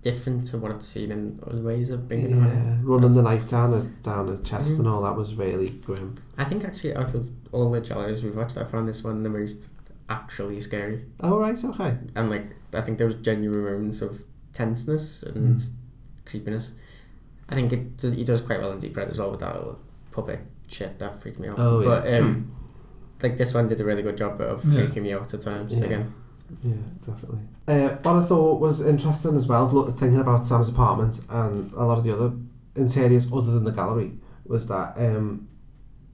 S12: different to what I've seen in other ways of thinking about it.
S11: Yeah, running the knife down her down her chest
S12: Mhm.
S11: and all that was really grim.
S12: I think actually out of all the jellos we've watched, I found this one the most actually scary.
S11: Oh right, okay.
S12: And like I think there was genuine moments of tenseness and
S11: Hmm.
S12: creepiness. I think it do- he does quite well in Deep Red as well with that little puppet shit that freaked me out.
S11: Oh, yeah.
S12: But um, like this one did a really good job of
S11: Yeah.
S12: freaking me out at times
S11: Yeah.
S12: again.
S11: Yeah, definitely. Uh, what I thought was interesting as well, look, thinking about Sam's apartment and a lot of the other interiors other than the gallery, was that um,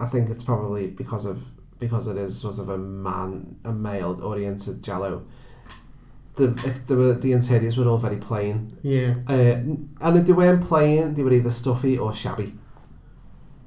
S11: I think it's probably because of because it is sort of a man a male oriented Jello. The if there were, the interiors were all very plain.
S12: Yeah.
S11: Uh, and if they weren't plain, they were either stuffy or shabby.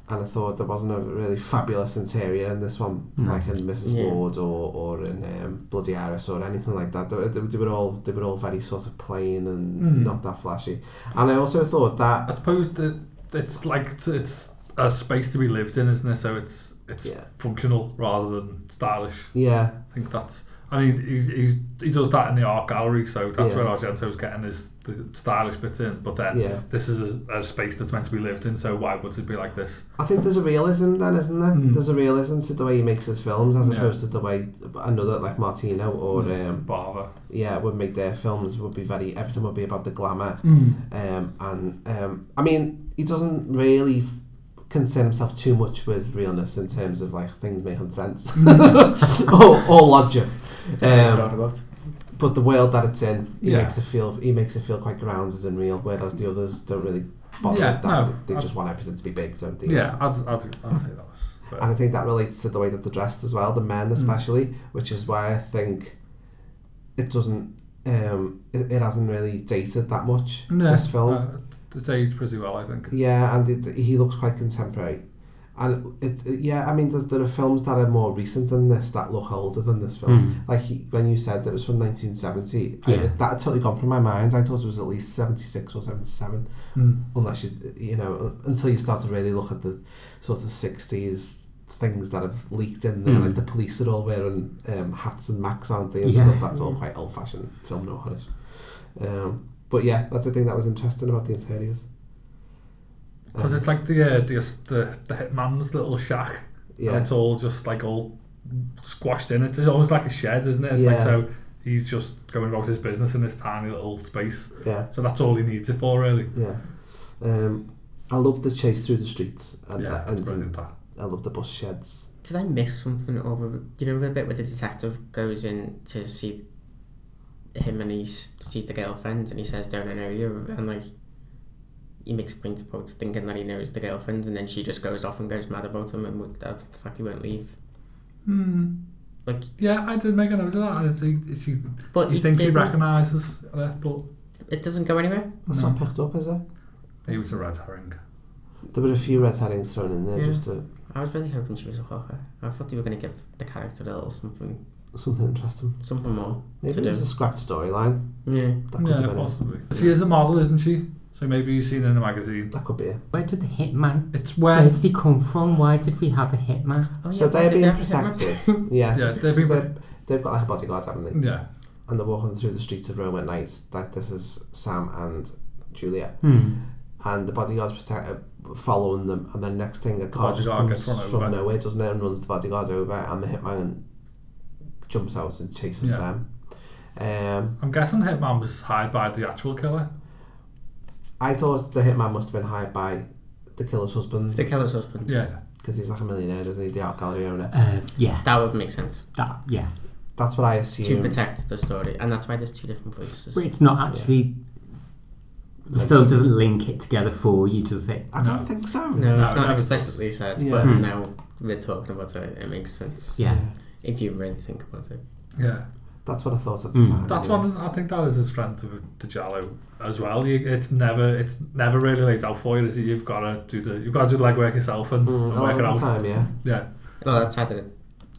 S11: And I thought there wasn't a really fabulous interior in this one,
S13: No.
S11: like in Mrs.
S13: Yeah.
S11: Ward or, or in um, Bloody Iris or anything like that. They, were- they, were- they were all they were all very sort of plain and
S14: Mm.
S11: not that flashy. And I also thought that
S14: I suppose that it's like it's, it's a space to be lived in, isn't it? So it's it's functional rather than stylish.
S11: Yeah.
S14: I think that's. I mean, he, he's, he does that in the art gallery, so that's
S11: Yeah.
S14: where Argento's getting his the stylish bits in. But then
S11: Yeah.
S14: this is a, a space that's meant to be lived in, so why would it be like this?
S11: I think there's a realism then, isn't there? There's a realism to the way he makes his films as
S14: Yeah.
S11: opposed to the way another like Martino or
S14: Mm.
S11: um,
S14: Barber,
S11: yeah, would make their films would be very everything would be about the glamour.
S14: Mm.
S11: Um, and um, I mean, he doesn't really f- concern himself too much with realness in terms of like things making sense
S14: Mm.
S11: <laughs> or, or logic.
S12: That's
S11: Um,
S12: what I'm about.
S11: But the world that it's in, he
S12: Yeah.
S11: makes it feel he makes it feel quite grounded and real, whereas the others don't really bother
S14: Yeah,
S11: with that.
S14: no,
S11: they they
S14: I-
S11: just want everything to be big, don't they?
S14: Yeah, I'd, I'd, I'd say that was. fair.
S11: And I think that relates to the way that they're dressed as well, the
S14: Mm.
S11: men especially, which is why I think it doesn't, um, it, it hasn't really dated that much,
S14: No,
S11: this film.
S14: no, Uh, it's aged pretty well, I think.
S11: Yeah, and it, he looks quite contemporary. And it, it- yeah, I mean, there's, there are films that are more recent than this that look older than this film. Like he, when you said it was from 1970, I-
S13: Yeah.
S11: that had totally gone from my mind. I thought it was at least 76 or 77,
S13: Mm.
S11: unless you, you know, until you start to really look at the sort of 60s things that have leaked in there.
S13: Mm.
S11: Like the police are all wearing um, hats and macs, aren't they? And
S13: Yeah.
S11: stuff. That's all quite old fashioned film noirish. Um, but yeah, that's the thing that was interesting about the interiors. Um,
S14: Because it's like the, uh, the the the hitman's little shack.
S11: Yeah.
S14: And it's all just like all squashed in. It's almost like a shed, isn't it? It's like
S11: Yeah.
S14: so he's just going about his business in this tiny little space.
S11: Yeah.
S14: So that's all he needs it for, really.
S11: Yeah. Um, I love the chase through the streets. And
S14: Yeah,
S11: that
S14: that's
S11: ends in,
S14: brilliant, that.
S11: I love the bus sheds.
S12: Did I miss something? Or were- you know the bit where the detective goes in to see him and he s- sees the girlfriend and he says, "Don't I know you?" And like he makes a point about thinking that he knows the girlfriend, and then she just goes off and goes mad about him and with the fact he won't leave.
S14: Hmm.
S12: Like
S14: Yeah, I did make a note of that. It's, he, it's, he,
S12: But
S14: he
S12: he
S14: thinks he
S12: didn't.
S14: recognises her, but
S12: it doesn't go anywhere.
S11: That's
S14: No.
S11: not picked up, is it?
S14: he was a red herring.
S11: There were a few red herrings thrown in there
S12: Yeah.
S11: just to,
S12: I was really hoping she was a hawker. I thought they were going to give the character a little something,
S11: something interesting.
S12: something more
S11: Maybe
S12: to
S11: it
S12: do.
S11: was a scrapped storyline.
S12: Yeah.
S11: That could
S14: Yeah,
S11: have been it.
S14: possibly. She is a model, isn't she? So maybe you've seen it in a magazine.
S11: That could be it.
S13: Where did the hitman?
S14: It's
S13: where did he come from? Why did we have a hitman?
S12: Oh,
S11: so they're
S13: <laughs>
S11: being protected. yes.
S14: Yeah, they're being-
S11: so they've, they've got like a bodyguard, haven't they?
S14: Yeah.
S11: And they're walking through the streets of Rome at night. Like this is Sam and Juliet.
S13: Hmm.
S11: And the bodyguard's protect- uh, following them. And then next thing, a car just
S14: bodyguard
S11: comes
S14: gets run
S11: from
S14: over.
S11: nowhere, doesn't it? And runs the bodyguard over, and the hitman jumps out and chases
S14: Yeah.
S11: them. Um,
S14: I'm guessing Hitman was hired by the actual killer.
S11: I thought the hitman must have been hired by the killer's husband.
S12: <laughs> The killer's husband.
S14: Yeah.
S11: Because he's like a millionaire, doesn't he? The art gallery owner.
S13: Uh, yeah.
S12: That would make sense.
S13: That, yeah.
S11: That's what I assumed.
S12: To protect the story. And that's why there's two different voices.
S13: But it's not actually. The film doesn't link it together for you, does it?
S11: I don't think so.
S12: No, it's
S14: No,
S12: not
S14: no.
S12: explicitly said,
S14: Yeah.
S12: but
S14: Hmm.
S12: now we're talking about it, it makes sense.
S13: Yeah.
S12: If you really think about it.
S14: Yeah.
S11: That's what I thought at the
S13: Mm.
S11: time.
S14: That's
S11: anyway.
S14: one. I think that is a strength of the Jallo as well. You, it's never, it's never really laid out for you. Is it? You've got to do the, you've got to do the legwork yourself and, and
S11: a lot
S14: work
S11: of
S14: it
S11: Oh, Mm, the
S14: out.
S11: time, yeah.
S14: Yeah.
S12: Well, that's either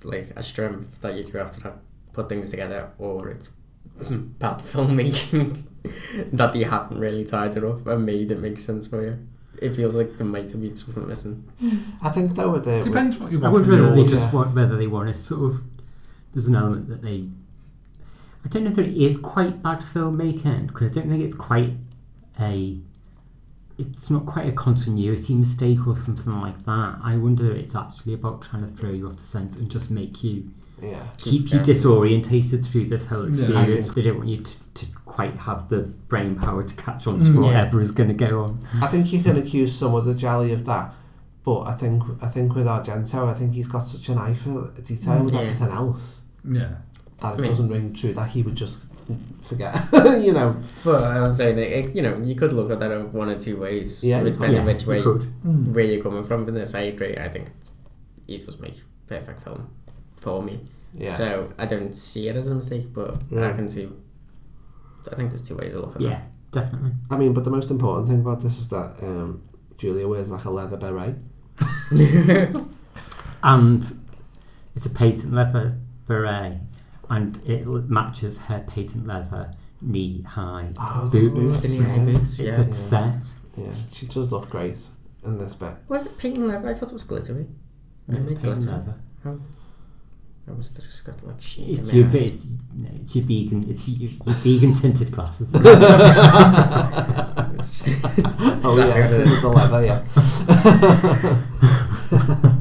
S12: like a strength that you do have to have put things together, or it's <laughs> bad filmmaking <laughs> that you haven't really tied it up and made it make sense for you. It feels like there might have been something missing.
S11: I think though with the
S14: Depends what you
S13: I
S14: want.
S13: wonder
S14: from your
S13: whether they
S14: audience.
S13: just want whether they want to sort of. There's an element that they. I don't know if it is quite bad filmmaking because I don't think it's quite a. It's not quite a continuity mistake or something like that. I wonder if it's actually about trying to throw you off the scent and just make you
S11: Yeah.
S13: keep you
S11: Yeah.
S13: disorientated through this whole
S11: Yeah.
S13: experience.
S11: I think-
S13: they don't want you to, to quite have the brain power to catch on
S11: Mm.
S13: to
S11: Yeah.
S13: whatever is going to go on.
S11: I think you can accuse some other jolly of that, but I think I think with Argento, I think he's got such an eye for detail with
S12: Mm, Yeah.
S11: everything else
S14: Yeah.
S11: that it
S12: I mean-
S11: doesn't ring true that he would just forget. <laughs> you know.
S12: But I'm saying, it, it- you know, you could look at that in one or two ways.
S11: Yeah, you
S12: it depends on
S13: could.
S12: which
S13: You
S12: way
S13: could.
S14: Mm.
S12: where you're coming from. With this, I agree. I think it's, it does make perfect film for me.
S11: Yeah.
S12: So I don't see it as a mistake, but I
S11: Yeah.
S12: can see. I think there's two ways of looking
S13: Yeah,
S12: at
S13: definitely.
S11: I mean, but the most important thing about this is that um, Julia wears like a leather beret.
S12: it.
S11: <laughs>
S13: and it's a patent leather beret, and it l- matches her patent leather knee high
S11: Oh, the
S13: boots.
S11: boots, The knee-high yeah.
S13: It's
S11: boots,
S12: yeah.
S13: a set.
S11: Yeah, she does look great in this bit.
S12: Was it paint and leather? I thought it was glittery.
S13: No, it's
S12: Only
S13: paint and leather.
S12: Oh. I must have just got like shit
S13: It's
S12: in
S13: your,
S12: my eyes.
S13: it's, no, it's your vegan. It's your, your vegan tinted glasses.
S12: That's
S11: oh
S12: exactly
S11: yeah,
S12: what it
S11: this
S12: is.
S11: is the leather.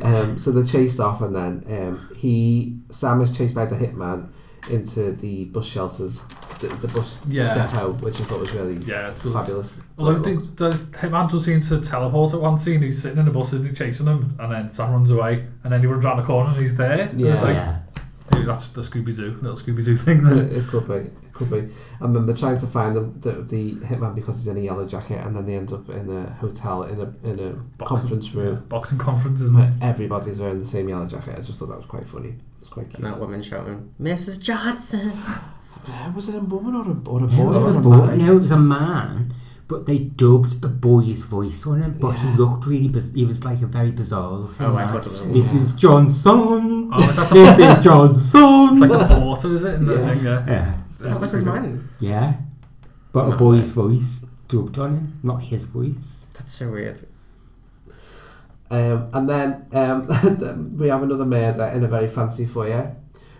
S11: Yeah. um, so they're chased off, and then um, he Sam is chased by the hitman into the bus shelters, the, the bus
S14: Yeah.
S11: depot, which I thought was really
S14: Yeah, it does.
S11: fabulous.
S14: Although the, the hitman does seem to teleport at one scene. He's sitting in a bus, isn't he, chasing him, and then Sam runs away, and then he runs around the corner and he's there. And it's
S11: Yeah.
S14: like,
S13: Yeah.
S14: maybe that's the Scooby Doo, little Scooby Doo thing. Then.
S11: <laughs> it, <coughs> it could be, it could be. And then they're trying to find him, the, the hitman because he's in a yellow jacket, and then they end up in a hotel in a in a conference room.
S14: Boxing conference, isn't
S11: Where
S14: it?
S11: everybody's wearing the same yellow jacket. I just thought that was quite funny. It's quite cute.
S12: And <laughs> that woman shouting, Mrs. Johnson.
S11: Uh, Was it a woman or a, or a
S13: No,
S11: boy?
S13: it was
S11: or
S13: a
S11: a
S13: boy.
S11: man?
S13: No, it was a man, but they dubbed a boy's voice on him. But he looked really. Biz- he was like a very bizarre. looking
S12: Oh, I
S13: man.
S12: thought it was a
S13: This
S12: woman.
S13: is
S11: <laughs>
S13: Johnson.
S14: Oh, I thought-
S13: <laughs> this is Johnson.
S14: It's like
S11: <laughs>
S14: a porter, is it? In the
S11: Yeah.
S14: thing, yeah.
S13: yeah,
S12: That was a man.
S13: yeah, but a
S12: No.
S13: boy's voice dubbed on him, not his voice.
S12: That's so weird.
S11: <laughs> Um, <laughs> and then um, we have another murder in a very fancy foyer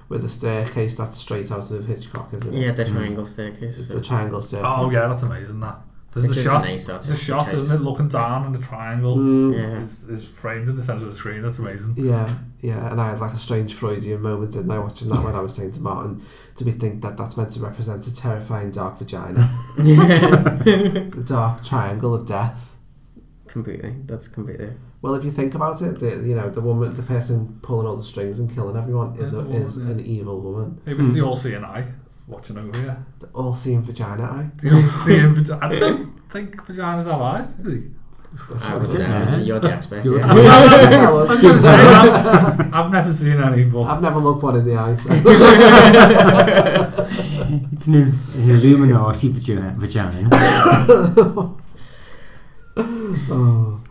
S11: with a staircase that's straight out of Hitchcock, isn't it?
S12: Yeah,
S13: Hmm.
S12: the triangle staircase.
S11: It's a triangle staircase.
S14: Oh yeah, that's amazing. That there's
S12: Which
S14: the
S12: is
S14: shot,
S12: a nice
S14: the
S12: artistic
S14: shot,
S12: choice.
S14: isn't it? Looking down and the triangle
S11: Mm.
S12: Yeah.
S14: is, is framed in the center of the screen. That's amazing.
S11: Yeah, yeah, and I had like a strange Freudian moment, didn't I, watching that when I was saying to Martin, do we think that that's meant to represent a terrifying dark
S14: <laughs>
S11: vagina? the dark triangle of death.
S12: <laughs> completely. That's completely.
S11: Well, if you think about it, the, you know, the woman, the person pulling all the strings and killing everyone is,
S14: Yeah,
S11: a,
S14: the
S11: is
S14: woman, yeah.
S11: an evil woman.
S14: Maybe it's the
S12: Hmm.
S14: all seeing eye watching over here. <laughs>
S11: The all-seeing vagina eye.
S14: The all seeing vagina. I don't think vaginas have eyes. Do they?
S11: That's
S12: I
S11: what
S12: would
S11: it is.
S12: know.
S11: <laughs>
S13: know.
S12: You're the expert.
S13: You're-
S12: yeah.
S11: Tell us.
S14: <laughs> I'm gonna say I've, I've never seen any, but
S11: <laughs> I've never looked one in the eyes.
S14: <laughs>
S12: <laughs>
S13: It's an, an Illuminati vagina. vagina.
S11: oh. um,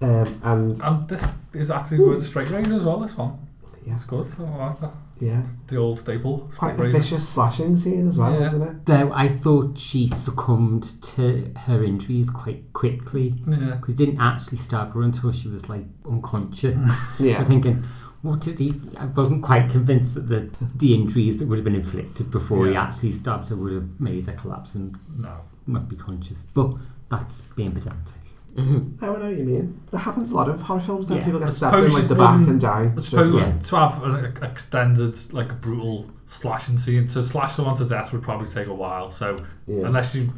S11: and
S12: Hmm.
S14: um, this is actually going to straight range as well. This one.
S11: yes,
S14: It's good. I like that.
S11: Yeah.
S14: The old staple.
S11: Quite a
S14: razor.
S11: vicious slashing scene as well,
S14: Yeah. <laughs>
S11: isn't it?
S13: Though I thought she succumbed to her injuries quite quickly.
S14: Yeah.
S13: Because didn't actually stab her until she was like unconscious.
S11: Yeah.
S13: I'm thinking, what did he? I wasn't quite convinced that the, the injuries that would have been inflicted before he
S14: Yeah.
S13: actually stabbed her would have made her collapse and
S14: No.
S13: not be conscious. But that's being pedantic.
S11: I don't know what you mean. That happens a lot of horror films. Don't
S13: Yeah.
S11: people
S14: I
S11: get stabbed in
S14: suppose
S11: like
S14: you
S11: the back
S14: wouldn't-
S11: and die?
S14: I
S11: straight
S14: suppose
S11: away.
S14: to have an extended, like brutal slashing scene, to slash someone to death would probably take a while. So
S11: Yeah.
S14: unless you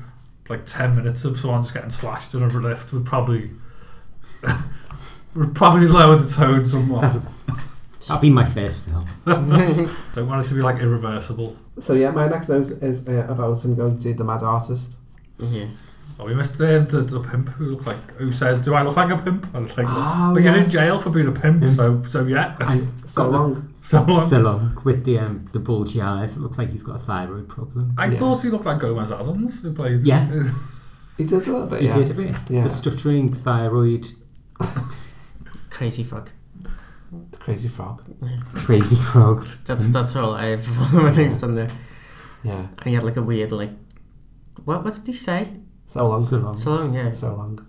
S14: like ten minutes of someone just getting slashed in a lift would probably <laughs> would probably lower the tone somewhat.
S13: That'd be my first film.
S12: <laughs>
S14: Don't want it to be like irreversible.
S11: So yeah, my next note is uh, about him going to the Mad Artist.
S12: Yeah.
S14: Oh, we missed the, the, the pimp who looked like who says, "Do I look like a pimp?" And it's like,
S11: Ah,
S14: "Well, you're in
S11: yes.
S14: jail for being a pimp, so so yeah."
S13: And
S11: So long.
S14: <laughs> So long.
S13: So long. With the um, the bulgy eyes, it looked like he's got a thyroid problem.
S14: I thought he looked like Gomez Adams who played.
S13: Yeah.
S11: He did a little bit.
S13: He
S11: yeah.
S13: did a bit.
S11: Yeah.
S13: The stuttering thyroid
S12: Crazy frog.
S11: The crazy frog.
S13: crazy frog.
S12: That's that's all I have <laughs> when he was on there.
S11: Yeah.
S12: And he had like a weird like. What what did he say?
S11: So long.
S13: So long.
S12: So long, yeah.
S11: So
S13: <laughs>
S11: long.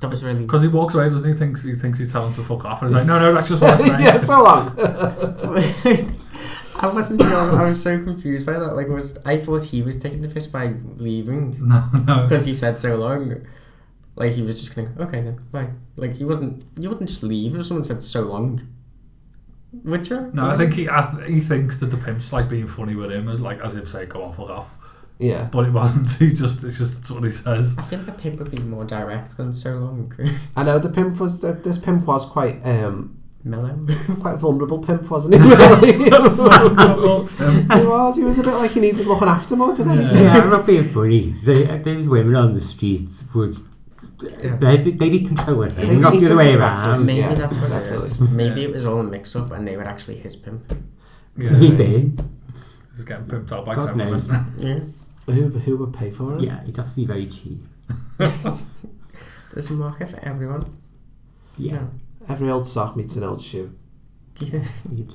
S12: That was really.
S14: Because he walks away, doesn't he? Thinks he thinks he's telling him to fuck off, and he's like, "No, no, that's just
S11: <laughs>
S14: what I'm saying."
S11: yeah. So long.
S12: <laughs>
S11: <laughs>
S12: I wasn't sure. I was so confused by that. Like, was I thought he was taking the piss by leaving
S14: <laughs> No,
S11: <laughs>
S14: no.
S12: because he said so long. Like he was just going, okay then, bye. Like he wasn't. You wouldn't just leave if someone said so long. Would you?
S14: No, I think he I th- he thinks that the pimp's like being funny with him, as like as if say, "Go on, fuck off."
S11: Yeah.
S14: But it wasn't. <laughs> He just it's just what he
S11: <laughs>
S14: says.
S12: I feel like a pimp would be more direct than so long. <laughs>
S11: I know the pimp was the, this pimp was quite um
S12: Mellow.
S11: quite vulnerable pimp
S13: <laughs>
S11: wasn't he?
S14: <laughs>
S11: he <laughs>
S14: Um,
S11: was. He was a bit like he needed looking after more than anything.
S13: yeah, I'm not being funny. They, those women on the streets would. They'd be, they'd be controlling
S11: They'd
S13: him, not
S11: eat
S13: the other
S11: him
S13: way
S11: for
S13: around.
S11: breakfast.
S12: Maybe
S11: Yeah,
S12: that's what it
S11: exactly.
S12: was. Maybe
S14: Yeah.
S12: it was all a mix up, and they were actually his pimp.
S14: <laughs> yeah,
S13: Maybe.
S14: he's getting pimped out by
S13: God
S14: ten
S13: knows.
S14: <laughs> women.
S12: Yeah.
S11: Who who would pay for it?
S13: Yeah, it'd have to be very cheap.
S12: There's a market for everyone.
S13: Yeah.
S11: Every old sock meets an old shoe.
S12: Yeah.
S13: You'd,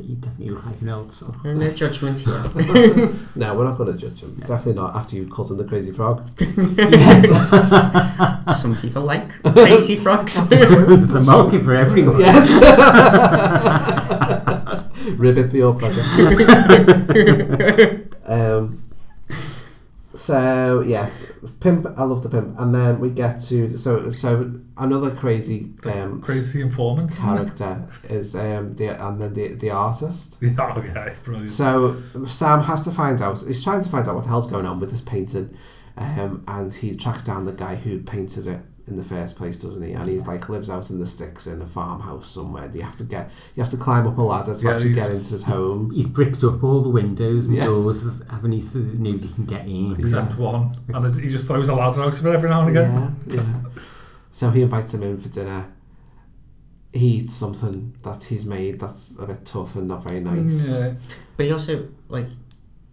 S13: you'd definitely look like an old soul.
S12: No judgment here.
S11: No, we're not going to judge him. Definitely not after you called him the crazy
S13: <laughs>
S11: frog.
S12: Some people like crazy frogs.
S13: There's a market for everyone. <laughs>
S11: Yes. Ribbit for your pleasure.
S13: <laughs>
S11: um, so yes, pimp. I love the pimp, and then we get to so so another crazy um,
S14: Crazy informant.
S11: character is um the and then the the artist.
S14: <laughs> Yeah, okay, brilliant.
S11: So Sam has to find out. He's trying to find out what the hell's going on with this painting, um, and he tracks down the guy who painted it in the first place, doesn't he? And he's like lives out in the sticks in a farmhouse somewhere. And you have to get you have to climb up a ladder to
S14: Yeah,
S11: actually
S14: he's-
S11: get into his home.
S13: He's bricked up all the windows and
S11: Yeah.
S13: doors, haven't he, so that nobody can get in.
S14: Except one, and it, he just throws a ladder out of it every now and again.
S11: Yeah, yeah. So he invites him in for dinner. He eats something that he's made that's a bit tough and not very nice.
S13: <laughs>
S14: Yeah.
S12: But he also like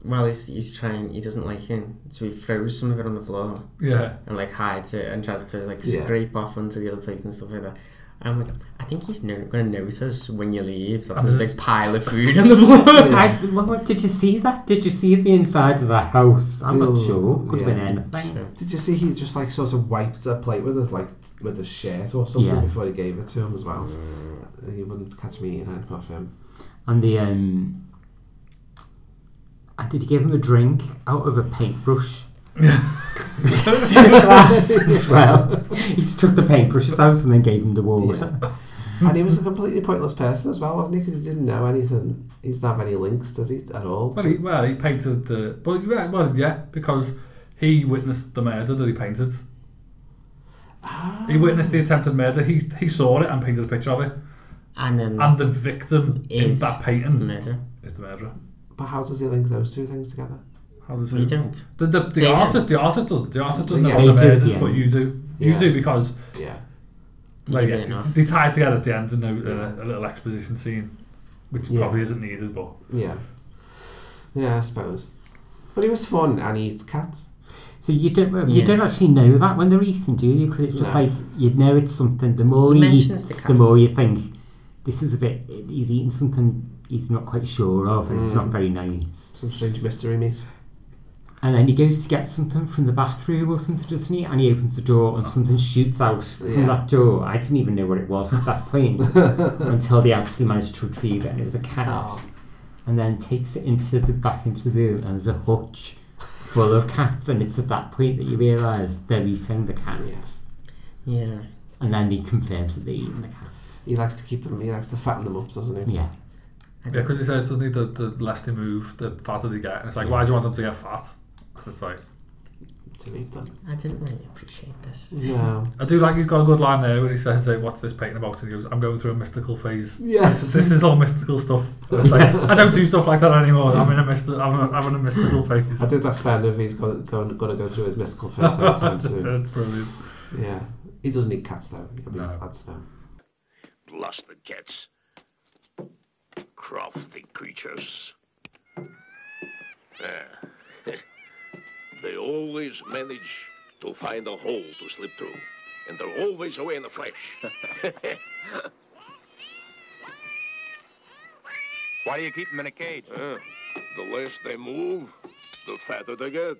S12: while he's, he's trying, he doesn't like it, so he throws some of it on the floor
S14: Yeah.
S12: and like hides it and tries to like
S11: Yeah.
S12: scrape off onto the other plate and stuff like that. I'm like, I think he's no- going to notice when you leave that
S14: I'm
S12: there's a
S14: just-
S12: big pile of
S14: <laughs>
S12: food on the floor.
S13: I, what, what- did you see that? Did you see the inside of the house? I'm not
S11: Ooh,
S13: sure. Could
S11: yeah.
S13: have been anything.
S12: So,
S11: Did you see he just like sort of wiped a plate with his like t- with his shirt or something
S13: Yeah.
S11: before he gave it to him as well? You wouldn't catch me eating anything off him.
S13: And the um, I did give him a drink out of a paintbrush. Glass as well. He just took the paintbrushes out and then gave him the water.
S11: and he was a completely pointless person as well, wasn't he? Because he didn't know anything. He didn't have any links, did he, at all?
S14: Well, he, well, he painted the. Well, yeah, well, yeah, because he witnessed the murder that he painted. He witnessed the attempted murder. He he saw it and painted a picture of it.
S12: and then
S14: And the victim in
S12: is
S14: that
S12: the
S14: painting
S12: murder.
S14: is the murderer.
S11: but how does he link those two things together?
S14: How does
S12: You
S14: it?
S12: don't.
S14: The, the, the
S12: They
S14: artist, the artist doesn't. The artist doesn't
S11: Yeah.
S14: know what the
S13: They do,
S14: murder is,
S13: yeah.
S14: but you do.
S11: Yeah.
S14: You do because
S11: Yeah.
S14: like,
S12: give it
S14: yeah,
S12: enough.
S14: they, they tie it together at the end in a, a little exposition scene, which
S11: Yeah.
S14: probably isn't needed, but
S11: Yeah. Yeah, I suppose. But he was fun and he eats cats.
S13: So you don't you
S12: Yeah.
S13: don't actually know that when they're eating, do you? Because it's just
S11: No.
S13: like you know it's something. The more
S12: He
S13: he,
S12: mentions
S13: eats,
S12: the
S13: the more
S12: cats.
S13: you think this is a bit. He's eating something he's not quite sure of, and oh, it's
S11: Mm.
S13: not very nice.
S11: Some strange mystery meat.
S13: And then he goes to get something from the bathroom or something, doesn't he? And he opens the door and something shoots out
S11: Yeah.
S13: from that door. I didn't even know what it was at that
S11: <laughs>
S13: point
S11: Oh,
S13: until they actually managed to retrieve it. And it was a cat. And then takes it into the back into the room and there's a hutch full of cats. And it's at that point that you realise they're eating the cats.
S12: Yeah.
S13: And then he confirms that they're eating the cats.
S11: He likes to keep them, he likes to fatten them up, doesn't
S13: he? Yeah.
S14: Yeah, because he says, doesn't he, the, the less they move, the fatter they get. And it's like, why do you want them to get fat? It's like,
S11: to eat them.
S12: I didn't really appreciate this.
S14: <laughs>
S11: No.
S14: I do like he's got a good line there when he says, like, "What's this painting about?" And he goes, "I'm going through a mystical phase.
S11: Yeah.
S14: this, this is all mystical stuff. It's like, I don't do stuff like that anymore. I'm in a mystical. I'm, i I'm in a mystical phase."
S11: <laughs> I did ask Ben if he's going, going, going to go through his mystical phase
S14: <laughs>
S11: anytime soon.
S14: Brilliant.
S11: Yeah. He doesn't need cats, though. I mean, that's no.
S15: Blasted cats. Crafty creatures. Ah. <laughs> they always manage to find a hole to slip through. And they're always away in the flesh. <laughs> Why do you keep them in a cage? Ah. the less they move, the fatter they get.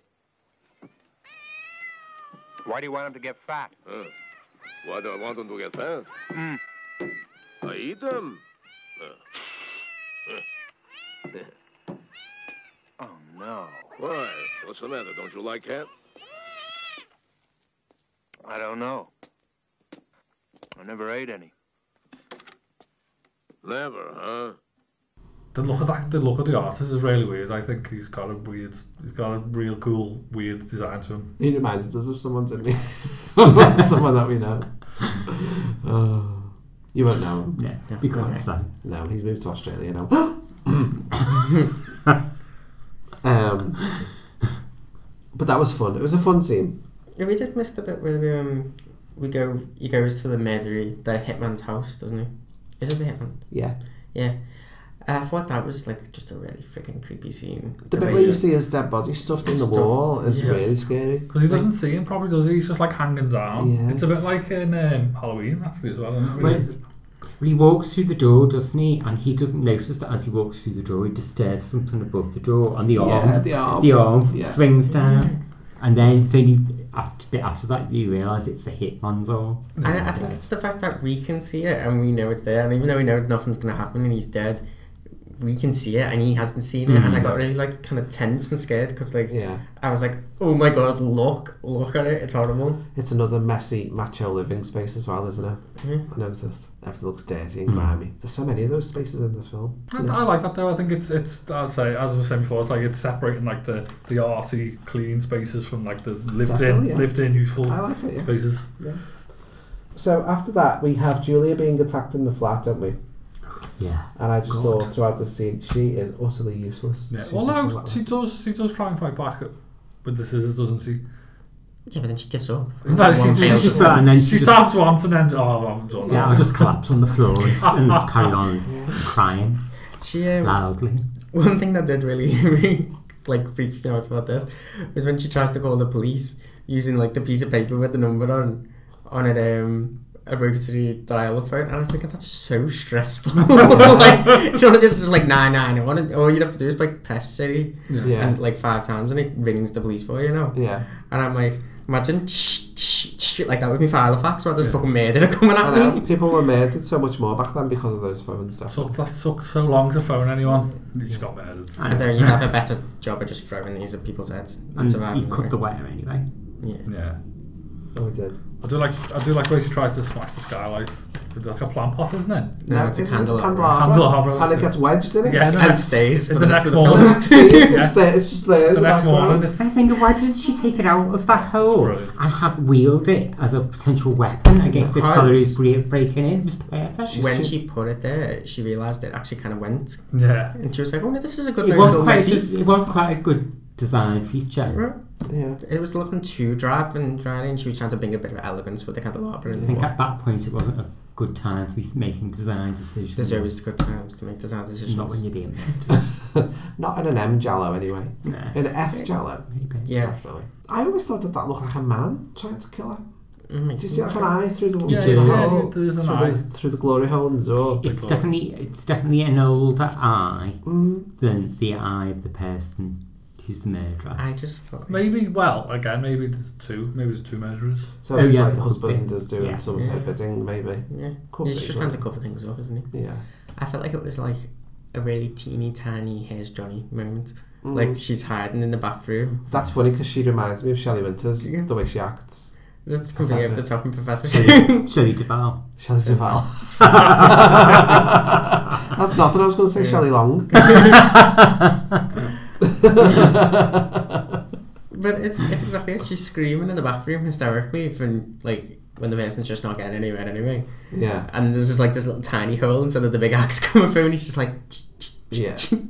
S15: Why do you want them to get fat? Ah. why do I want them to get fat? I eat them. oh, no. Why? What's the matter? Don't you like cat?
S16: I don't know. I never ate any.
S15: Never, huh?
S14: The look at that, the look at the artist is really weird. I think he's got a weird, he's got a real cool, weird design to him.
S11: He reminds us of someone, didn't he? <laughs> someone that we know. Oh. you won't know him.
S13: Yeah, no, you can't stand.
S11: No, he's moved to Australia now. <laughs> um, but that was fun. It was a fun scene.
S12: Yeah, we did miss the bit where we, um, we go. He goes to the murdery, the hitman's house, doesn't he? Is it the hitman?
S11: Yeah.
S12: Yeah. I thought that was like just a really freaking creepy scene.
S11: The bit
S12: way
S11: where you
S12: he-
S11: see his dead body stuffed in the
S12: Stuff-
S11: wall is
S12: yeah.
S11: really scary.
S14: Because he doesn't see him, probably does he? He's just like hanging down.
S11: Yeah.
S14: It's a bit like in um, Halloween, actually, as well. isn't it?
S13: Well, he walks through the door, doesn't he? And he doesn't notice that as he walks through the door, he disturbs something above the door, and the arm,
S11: Yeah, the arm. Yeah.
S13: swings down, and then it's only after bit after that you realise it's the hitman's arm.
S12: And I I think it's the fact that we can see it and we know it's there, and even though we know nothing's gonna happen and he's dead, we can see it and he hasn't seen it. And I
S13: Mhm.
S12: got really like kind of tense and scared because like
S11: Mm. Yeah.
S12: I was like, oh my god, look, look at it, it's horrible.
S11: It's another messy macho living space as well, isn't it?
S12: Yeah.
S11: I noticed. Everything looks dirty and grimy. There's so many of those spaces in this film.
S14: I, I like that though. I think it's it's I'd say as I was saying before, it's like it's separating like the the arty, clean spaces from like the lived in,
S11: Definitely, yeah.
S14: lived in, useful
S11: I like it, yeah.
S14: spaces.
S11: Yeah. So after that, we have Julia being attacked in the flat, don't we?
S13: Yeah.
S11: And I just thought throughout the scene, she is utterly useless.
S14: Yeah.
S11: She's nothing
S14: Although
S11: like
S14: she does she does try and fight back with the scissors, doesn't she?
S12: Yeah, but then she gives up.
S14: In fact,
S12: One
S14: she,
S12: fails
S14: she,
S12: attempt.
S13: that and then she
S14: she
S13: just-
S14: stabs once and then oh, I'm done.
S13: Yeah, I just collapse on the floor and, and carry on crying
S12: She um,
S13: loudly.
S12: <laughs> One thing that did really <laughs> like freak me out about this was when she tries to call the police using like the piece of paper with the number on on it um a rotary dial phone and I was thinking that's so stressful. <laughs> like you know this is like nah nah no one all you'd have to do is like press Siri
S11: Yeah. Yeah.
S12: and like five times and it rings the police for you, you know?
S11: Yeah.
S12: And I'm like imagine like that would be Filofax rather than fucking murder coming
S11: I
S14: Oh,
S12: at
S11: know,
S12: me.
S11: people were murdered so much more back then because of those phones.
S14: So that took so long to phone anyone. You just got murdered.
S12: And then you'd have a better job of just throwing these at people's heads and
S14: And
S12: surviving.
S14: you cut the
S13: wire anyway.
S12: Yeah.
S14: Yeah.
S11: Oh, he did.
S14: I do like I do like where she tries to smash the skylight. It's like a plant pot, isn't it?
S12: No, it's a
S11: it's a
S12: candelabra.
S11: candelabra.
S14: Candelabra,
S11: And
S14: that's
S11: it gets wedged in it. <laughs>
S14: Yeah,
S12: And stays for
S14: in
S12: the rest
S14: next
S12: of the
S14: morning.
S12: film.
S11: See, it's
S14: Yeah.
S11: there, it's just there in
S14: The
S11: the
S14: next
S11: background.
S14: morning,
S13: I think, why didn't she take it out of that hole and have wielded it as a potential weapon <laughs>
S12: <laughs>
S13: against this
S12: Because-
S13: fellow who's bre- breaking in? It was perfect.
S12: when she put it there, she realised it actually kind of went.
S13: Yeah.
S12: And she was like, oh, no, this is a good
S13: it
S12: way
S13: was
S12: to
S13: quite.
S12: do
S13: A,
S12: it."
S13: it was quite a good design feature.
S11: Yeah.
S12: It was looking too drab and dry, and she was trying to bring a bit of elegance with the candelabra.
S13: I
S12: And
S13: think at that point it wasn't a good time to be making design decisions.
S12: there's always good times to make design decisions.
S13: Not when you're
S11: <laughs>
S13: being.
S11: Not in an M Jello anyway.
S13: No.
S11: In an F Jello.
S13: Maybe.
S12: Yeah.
S11: Definitely. I always thought that that looked like a man trying to kill her.
S12: Mm,
S11: Do you see like an eye through the,
S13: Yeah,
S11: through the
S13: yeah,
S11: hole?
S13: there is an
S11: through,
S13: eye.
S11: The, through the glory Oh. hole in the door?
S13: It's definitely it's definitely an older eye
S11: Mm.
S13: than the eye of the person who's the murderer.
S12: I just thought
S14: Maybe, well, again, maybe there's two. Maybe there's two murderers.
S11: So
S13: Oh,
S11: it's like the husband is doing
S12: Yeah.
S11: some
S12: Yeah.
S11: yeah. bidding, maybe.
S12: Yeah.
S11: Could
S12: He's
S11: be,
S12: just
S11: yeah.
S12: trying to cover things up, isn't he?
S11: Yeah.
S12: I felt like it was like a really teeny tiny here's Johnny moment.
S11: Mm.
S12: Like she's hiding in the bathroom.
S11: That's funny because she reminds me of Shelley Winters, the way she acts.
S12: That's completely over the top and pathetic.
S11: Shelley-
S13: Shelley Duvall.
S11: Shelley
S13: <laughs>
S11: Duvall. That's nothing. I was going to say Shelley
S13: <laughs>
S11: Long.
S12: <laughs> But it's it's exactly it. She's screaming in the bathroom hysterically from like when the person's just not getting anywhere anyway.
S11: Yeah.
S12: And there's just like this little tiny hole instead of the big <laughs> axe coming through, and he's just like,
S11: yeah. <laughs>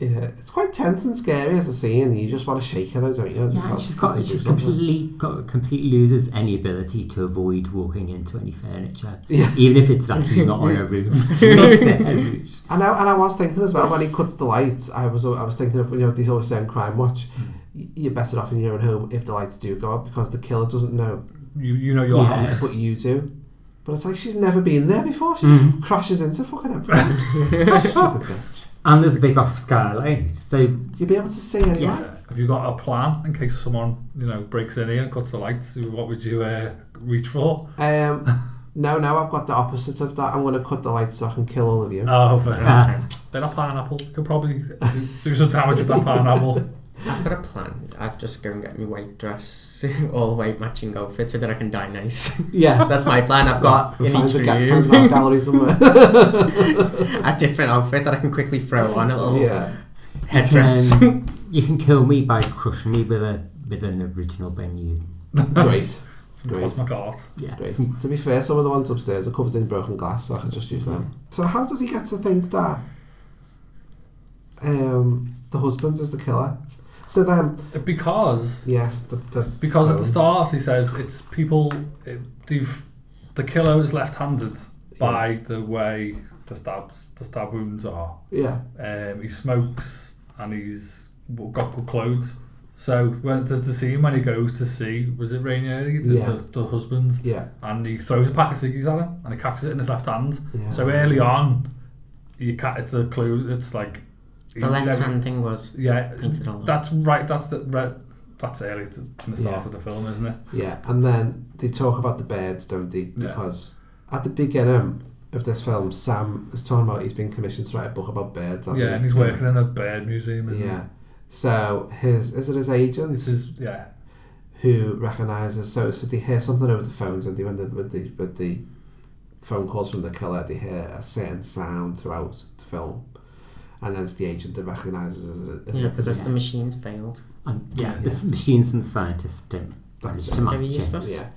S11: Yeah, it's quite tense and scary as a scene. You just want to shake her, though, don't you?
S13: Yeah,
S11: Tell
S13: she's
S11: her
S13: got
S11: to do
S13: she's
S11: something.
S13: completely got completely loses any ability to avoid walking into any furniture.
S11: Yeah.
S13: Even if
S11: <laughs>
S13: it's actually not on a roof. It's a roof.
S11: And I, and I was thinking as well when he cuts the lights. I was I was thinking of you know these always say on Crime Watch,
S13: Hmm.
S11: y- you're better off in your own home if the lights do go out because the killer doesn't know.
S14: You you know your
S11: Yeah.
S14: house.
S11: but you do. But it's like she's never been there before. She
S13: Mm-hmm.
S11: just crashes into fucking
S13: <laughs>
S11: everything. Stupid bitch.
S13: and there's a big off skylight, so
S11: you'll be able to see anyway.
S14: Have you got a plan in case someone you know breaks in here and cuts the lights? What would you uh, reach for?
S11: Um, no, no, I've got the opposite of that. I'm going to cut the lights so I can kill all of
S12: <laughs>
S11: you. <laughs>
S14: Oh, fair enough. <laughs> Then a pineapple could probably do- do some damage with that pineapple.
S12: I've got a plan. I've just go and get me white dress, <laughs> all white matching outfit, so that I can die nice. <laughs>
S11: Yeah.
S12: that's my plan. I've got in
S11: Finds
S12: each
S11: a ga-
S12: room
S11: finds an art gallery somewhere.
S12: <laughs> a different outfit that I can quickly throw on. A little
S11: Yeah.
S12: headdress.
S13: You can, you can kill me by crushing me with a with an original Ben Uden.
S11: Great. <laughs> Great.
S14: Cosmic art.
S13: Yeah.
S11: Great. To be fair, some of the ones upstairs are covered in broken glass, so I can just use
S13: Mm-hmm.
S11: them. So how does he get to think that um, the husband is the killer? So then,
S14: because
S11: yes, the, the
S14: Because at the
S11: phone.
S14: start he says it's people. It, you've- the killer is left-handed by the way the stabs, the stab wounds are.
S11: Yeah.
S14: Um, he smokes and he's w- got good clothes. So when there's the scene when he goes to see was it Rainieri? There's
S11: Yeah.
S14: the, the husband.
S11: Yeah.
S14: And he throws a pack of ciggies at him and he catches it in his left hand.
S11: Yeah.
S14: So early on, you cat it's a clue. It's like
S12: <laughs> The
S14: he
S12: left
S14: never-
S12: hand thing was
S14: yeah.
S12: painted on.
S14: That's right. That's the re- that's early to, to the start
S11: Yeah.
S14: of the film, isn't it?
S11: Yeah, and then they talk about the birds, don't they?
S14: Yeah.
S11: Because at the beginning of this film, Sam is talking about he's been commissioned to write a book about birds. hasn't
S14: Yeah,
S11: he?
S14: and he's working in a bird museum. Isn't
S11: Yeah. So his is it his agent? This
S14: is yeah.
S11: Who recognises? So so they hear something over the phones, and they when the with the with the phone calls from the killer, they hear a certain sound throughout the film, and then it's the agent that recognises it. as-
S12: yeah,
S11: as-
S12: because the machines failed.
S13: And yeah,
S11: Yeah.
S13: the s- machines and scientists don't manage to
S11: That's it.
S13: match
S12: They were
S13: it.
S12: useless.
S11: Yeah.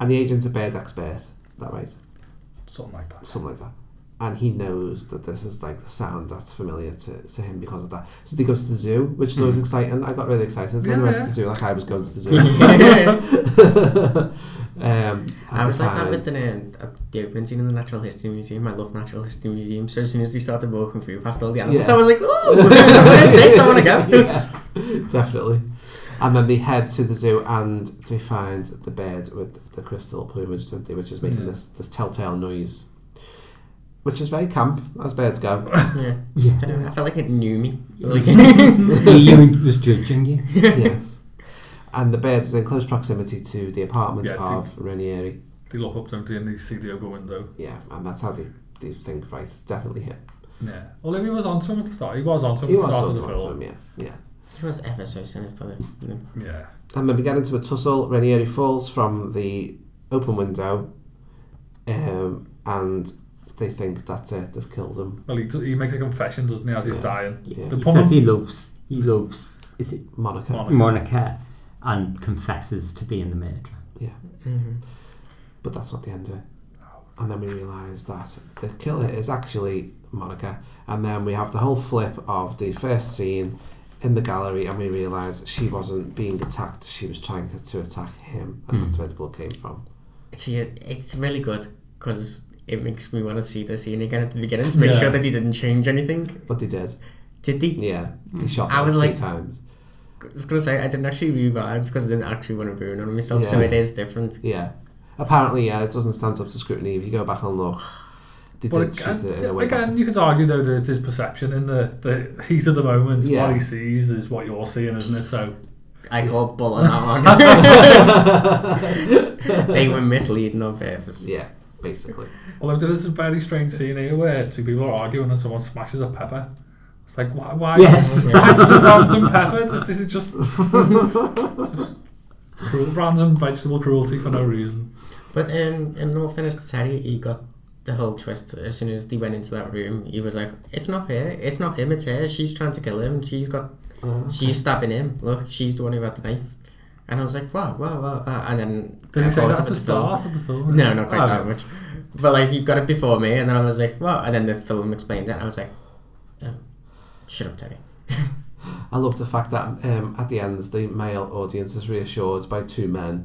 S11: And the agent's a bird expert, that right?
S14: Something like that.
S11: Something like that. And he knows that this is like the sound that's familiar to, to him because of that. So he goes to the zoo, which is always exciting. I got really excited when I went to
S12: Yeah.
S11: the zoo, like I was going to the zoo. <laughs> um,
S12: I was like that
S11: and-
S12: with the, um, at the opening scene in the Natural History Museum. I love Natural History Museum. So as soon as they started walking through past all the animals,
S11: Yeah.
S12: I was like, ooh, <laughs> what is this? I want to go.
S11: <laughs> Yeah, definitely. And then they head to the zoo and they find the bird with the crystal plumage, don't they? Which is making
S14: Yeah.
S11: this, this telltale noise. Which is very camp, as birds go.
S12: Yeah.
S13: Yeah.
S12: I, don't know, I felt like it knew me. Like, <laughs>
S11: <laughs>
S13: The human was judging you.
S11: yes. And the bird is in close proximity to the apartment
S14: Yeah, I
S11: of Ranieri.
S14: They look up, don't they, and they see the open window.
S11: Yeah, and that's how they, they think, right, it's definitely him.
S14: Yeah. Although he was on to him at the start. He was on to him
S11: He
S14: at the
S11: was
S14: start of
S11: onto
S14: the
S11: him,
S14: film.
S11: yeah. Yeah.
S12: It was ever so sinister. Though. you
S14: know. Yeah.
S11: And then we get into a tussle. Ranieri falls from the open window um, and they think that's it, they've killed him.
S14: Well, he, do- he makes a confession, doesn't he, as he's dying?
S11: Yeah.
S14: The
S13: He
S14: problem-
S13: says he loves he loves is it
S11: Monica
S14: Monica.
S13: Monica and confesses to being the murderer.
S11: Yeah. But that's not the end of it. And then we realise that the killer is actually Monica. And then we have the whole flip of the first scene in the gallery, and we realise she wasn't being attacked, she was trying to attack him, and
S12: Hmm.
S11: that's where the blood came from.
S12: See, it, it's really good because it makes me want to see the scene again at the beginning to make sure that he didn't change anything.
S11: But they did.
S12: Did they?
S11: Yeah, they shot
S12: Hmm. I
S11: her
S12: was
S11: three
S12: like-
S11: times.
S12: I was gonna say I didn't actually read ads because I didn't actually want to ruin it on myself, so
S8: Yeah.
S12: it is different.
S8: Yeah. Apparently, yeah, it doesn't stand up to scrutiny. If you go back and look, they
S14: Well,
S8: did choose it in a
S14: again,
S8: way.
S14: again, you could argue though that it's his perception in the, the heat of the moment.
S8: Yeah.
S14: What he sees is what you're seeing, isn't it? So
S12: I call bull on
S14: <laughs>
S12: that one. <laughs> they were misleading on purpose.
S8: Yeah,
S14: <laughs>
S8: basically.
S14: Although there is a very strange scene here where two people are arguing and someone smashes a pepper. It's like why? Why?
S11: Yes.
S14: why just a random pepper? This, this is just, <laughs> just cruel, random vegetable cruelty for no reason.
S12: But um, in all fairness to Teddy, he got the whole twist as soon as they went into that room. He was like, "It's not her. It's not him. It's her. She's trying to kill him. She's got.
S11: Oh,
S14: Uh-huh.
S11: okay.
S12: She's stabbing him. Look, she's the one who had the knife." And I was like, "Wow, wow, wow!" wow. And then
S14: Did
S12: I
S14: he say
S12: thought
S14: that at
S12: about
S14: the start of the film?
S12: No, not quite
S14: Oh.
S12: that much. But like, he got it before me, and then I was like, "What?" And then the film explained it, and I was like, oh, "Shut up, Teddy."
S8: I love the fact that um, at the end, the male audience is reassured by two men,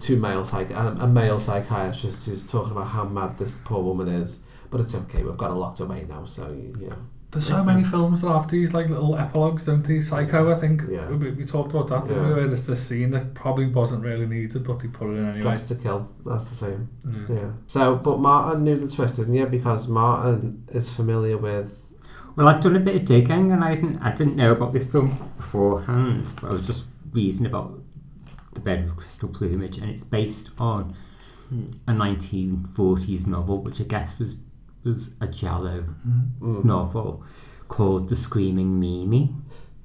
S8: two male psych, a, a male psychiatrist who's talking about how mad this poor woman is. But it's okay. We've got her locked away now, so you, you know.
S14: There's so many films that have these like little epilogues, don't they? Psycho, I think
S8: Yeah.
S14: we, we talked about that. didn't
S8: Yeah.
S14: we, where there's this scene that probably wasn't really needed, but they put it in anyway.
S8: Dressed to kill. That's the same.
S14: Mm.
S8: Yeah. So, but Martin knew the twist, didn't you? Because Martin is familiar with
S11: Well, I've done a bit of digging, and I didn't, I didn't know about this film beforehand. But I was just reading about the Bed of Crystal Plumage, and it's based on
S12: Hmm.
S11: a 1940s novel, which I guess was was a Jallo
S8: Mm.
S11: novel called The Screaming Mimi,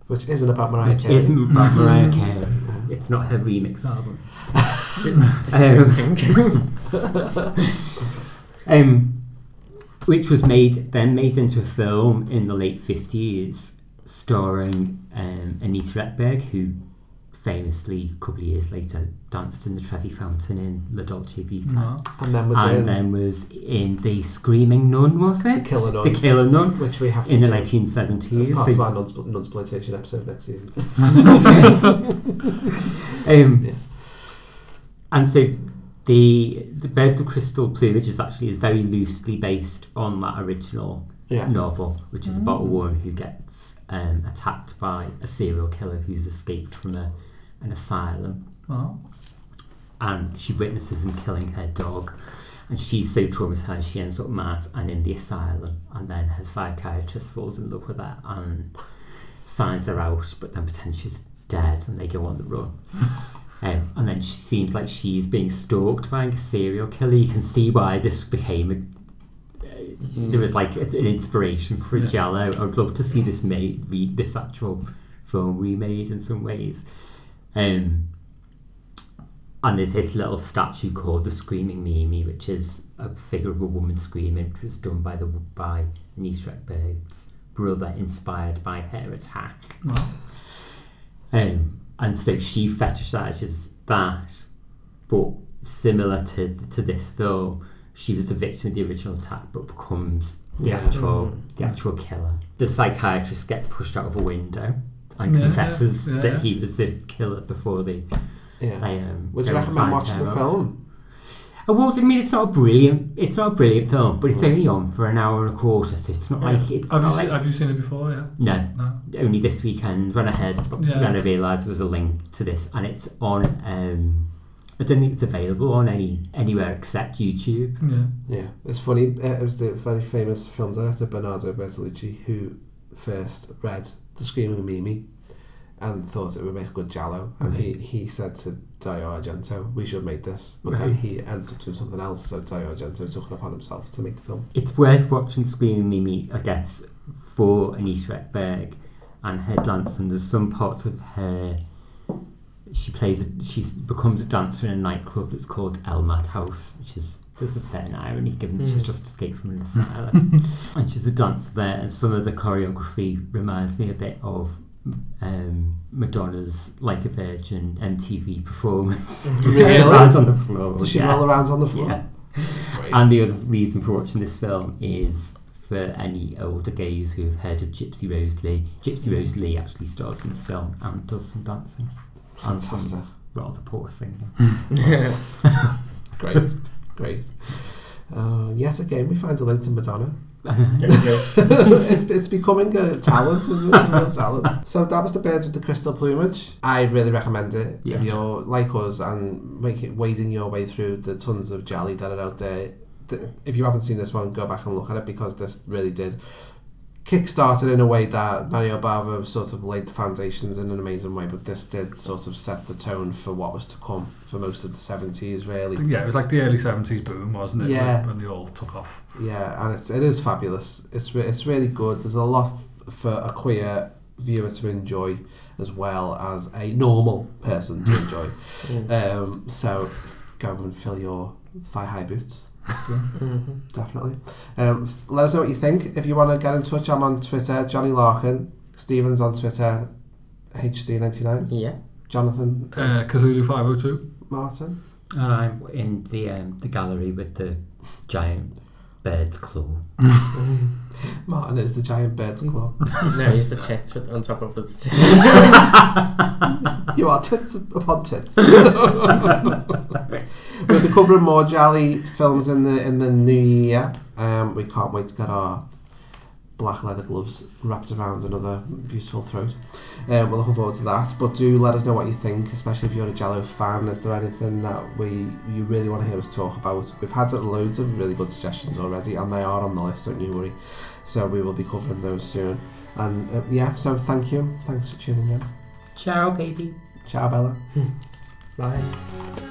S8: which isn't about Mariah
S11: Which
S8: Carey.
S11: isn't about Mariah Carey. It's not her remix album. Um, um, which was made then made into a film in the late fifties, starring um, Anita Ekberg, who famously a couple of years later danced in the Trevi Fountain in La Dolce Vita,
S8: No. And then was
S11: And
S8: in-
S11: then was in the Screaming Nun, was it?
S8: The Killer Nun.
S11: The Killer Nun,
S8: Which we have to
S11: in the
S8: do.
S11: nineteen seventies.
S8: It's part of our nuns- nunsploitation episode next season.
S11: <laughs> um, And so the the Birth of Crystal Plumage is actually is very loosely based on that original
S8: Yeah.
S11: novel, which is about a
S8: Mm.
S11: woman who gets um, attacked by a serial killer who's escaped from a, an asylum.
S14: Oh.
S11: And she witnesses him killing her dog. And she's so traumatized she ends up mad and in the asylum. And then her psychiatrist falls in love with her and signs her out, but then pretends she's dead and they go on the run. Um, and then she seems like she's being stalked by a serial killer. You can see why this became a. Uh, There was like a- an inspiration for a
S14: Yeah.
S11: Jello. I would love to see this made, read this actual film remade in some ways. Um, and there's this little statue called the Screaming Mimi, which is a figure of a woman screaming, which was done by the by Anise Redbird's brother, inspired by her attack.
S14: Wow.
S11: Um, and so she fetishizes that, but similar to to this film, she was the victim of the original attack, but becomes the
S8: Yeah.
S11: actual the actual killer. The psychiatrist gets pushed out of a window and
S8: Yeah,
S11: confesses
S8: yeah.
S11: that he was the killer before the.
S8: Yeah.
S11: I, um,
S8: Would you
S11: go and
S8: recommend
S11: find
S8: watching
S11: her
S8: the
S11: off.
S8: film?
S11: Oh, well, I mean, it's not a brilliant, it's not a brilliant film, but
S8: Hmm.
S11: it's only on for an hour and a quarter, so it's not
S14: Yeah.
S11: like it's
S14: have, you
S11: not
S14: seen,
S11: like
S14: have you seen it before? Yeah.
S11: no,
S14: No.
S11: only this weekend when I heard
S14: Yeah.
S11: when I realised there was a link to this, and it's on. Um, I don't think it's available on any anywhere except YouTube.
S14: Yeah.
S8: Yeah, it's funny. uh, It was the very famous film director Bernardo Bertolucci who first read *The Screaming Mimi* and thought it would make a good giallo. And he, he said to Dario Argento, "We should make this," but then
S11: Right.
S8: he ended up doing something else. So Dario Argento took it upon himself to make the film.
S11: It's worth watching Screaming Mimi, I guess, for Anise Ekberg and her dance, and there's some parts of her. She plays. A, she becomes a dancer in a nightclub that's called El Mat House, which is there's a certain irony given that
S8: Hmm.
S11: she's
S12: Mm.
S11: just escaped from an
S8: <laughs>
S11: asylum, and she's a dancer there. And some of the choreography reminds me a bit of um, Madonna's "Like a Virgin"
S8: <laughs>
S11: MTV performance. <laughs>
S8: Really?
S11: Around on the floor.
S8: Does she roll around on the floor?
S11: Yeah.
S8: Great.
S11: And the other reason for watching this film is for any older gays who have heard of Gypsy Rose Lee.
S8: Hmm.
S11: Gypsy Rose Lee actually stars in this film and does some dancing. And
S8: Fantastic.
S11: some rather poor singing. <laughs>
S8: Great, great. Uh, yet again, we find a link to Madonna.
S11: it's, <laughs> it's becoming a talent, isn't it? It's a real talent. So that was the birds with the crystal plumage. I really recommend it if you're like us and make it, wading your way through the tons of jelly that are out there. th- If you haven't seen this one, go back and look at it because this really did kickstarted in a way that Mario Bava sort of laid the foundations in an amazing way, but this did sort of set the tone for what was to come for most of the seventies, really.
S14: Yeah, it was like the early 70s boom, wasn't it?
S11: Yeah.
S14: When, when they all took off.
S11: Yeah, and it's it is fabulous. It's re- it's really good. There's a lot f- for a queer viewer to enjoy, as well as a normal person to enjoy. um, so go and fill your thigh high boots. Definitely. Um, s- let us know what you think. If you want to get in touch, I'm on Twitter, Johnny Larkin. Stephen's on Twitter, HD99.
S12: <laughs> Yeah.
S11: Jonathan.
S14: Uh, Kazulu502.
S11: Martin.
S13: And I'm in the um, the gallery with the giant bird's claw.
S11: <laughs> Martin is the giant bird's claw.
S12: No, he's the tits with, on top of the tits.
S11: you are tits upon tits. <laughs> We'll be covering more Jolly films in the in the new year. Um, we can't wait to get our black leather gloves wrapped around another beautiful throat. Um, we're looking forward to that. But do let us know what you think, especially if you're a Jello fan. Is there anything that we you really want to hear us talk about? We've had loads of really good suggestions already, and they are on the list. Don't you worry. So we will be covering those soon. And uh, yeah, so thank you. Thanks for tuning in.
S13: Ciao, baby.
S11: Ciao, Bella.
S12: Bye.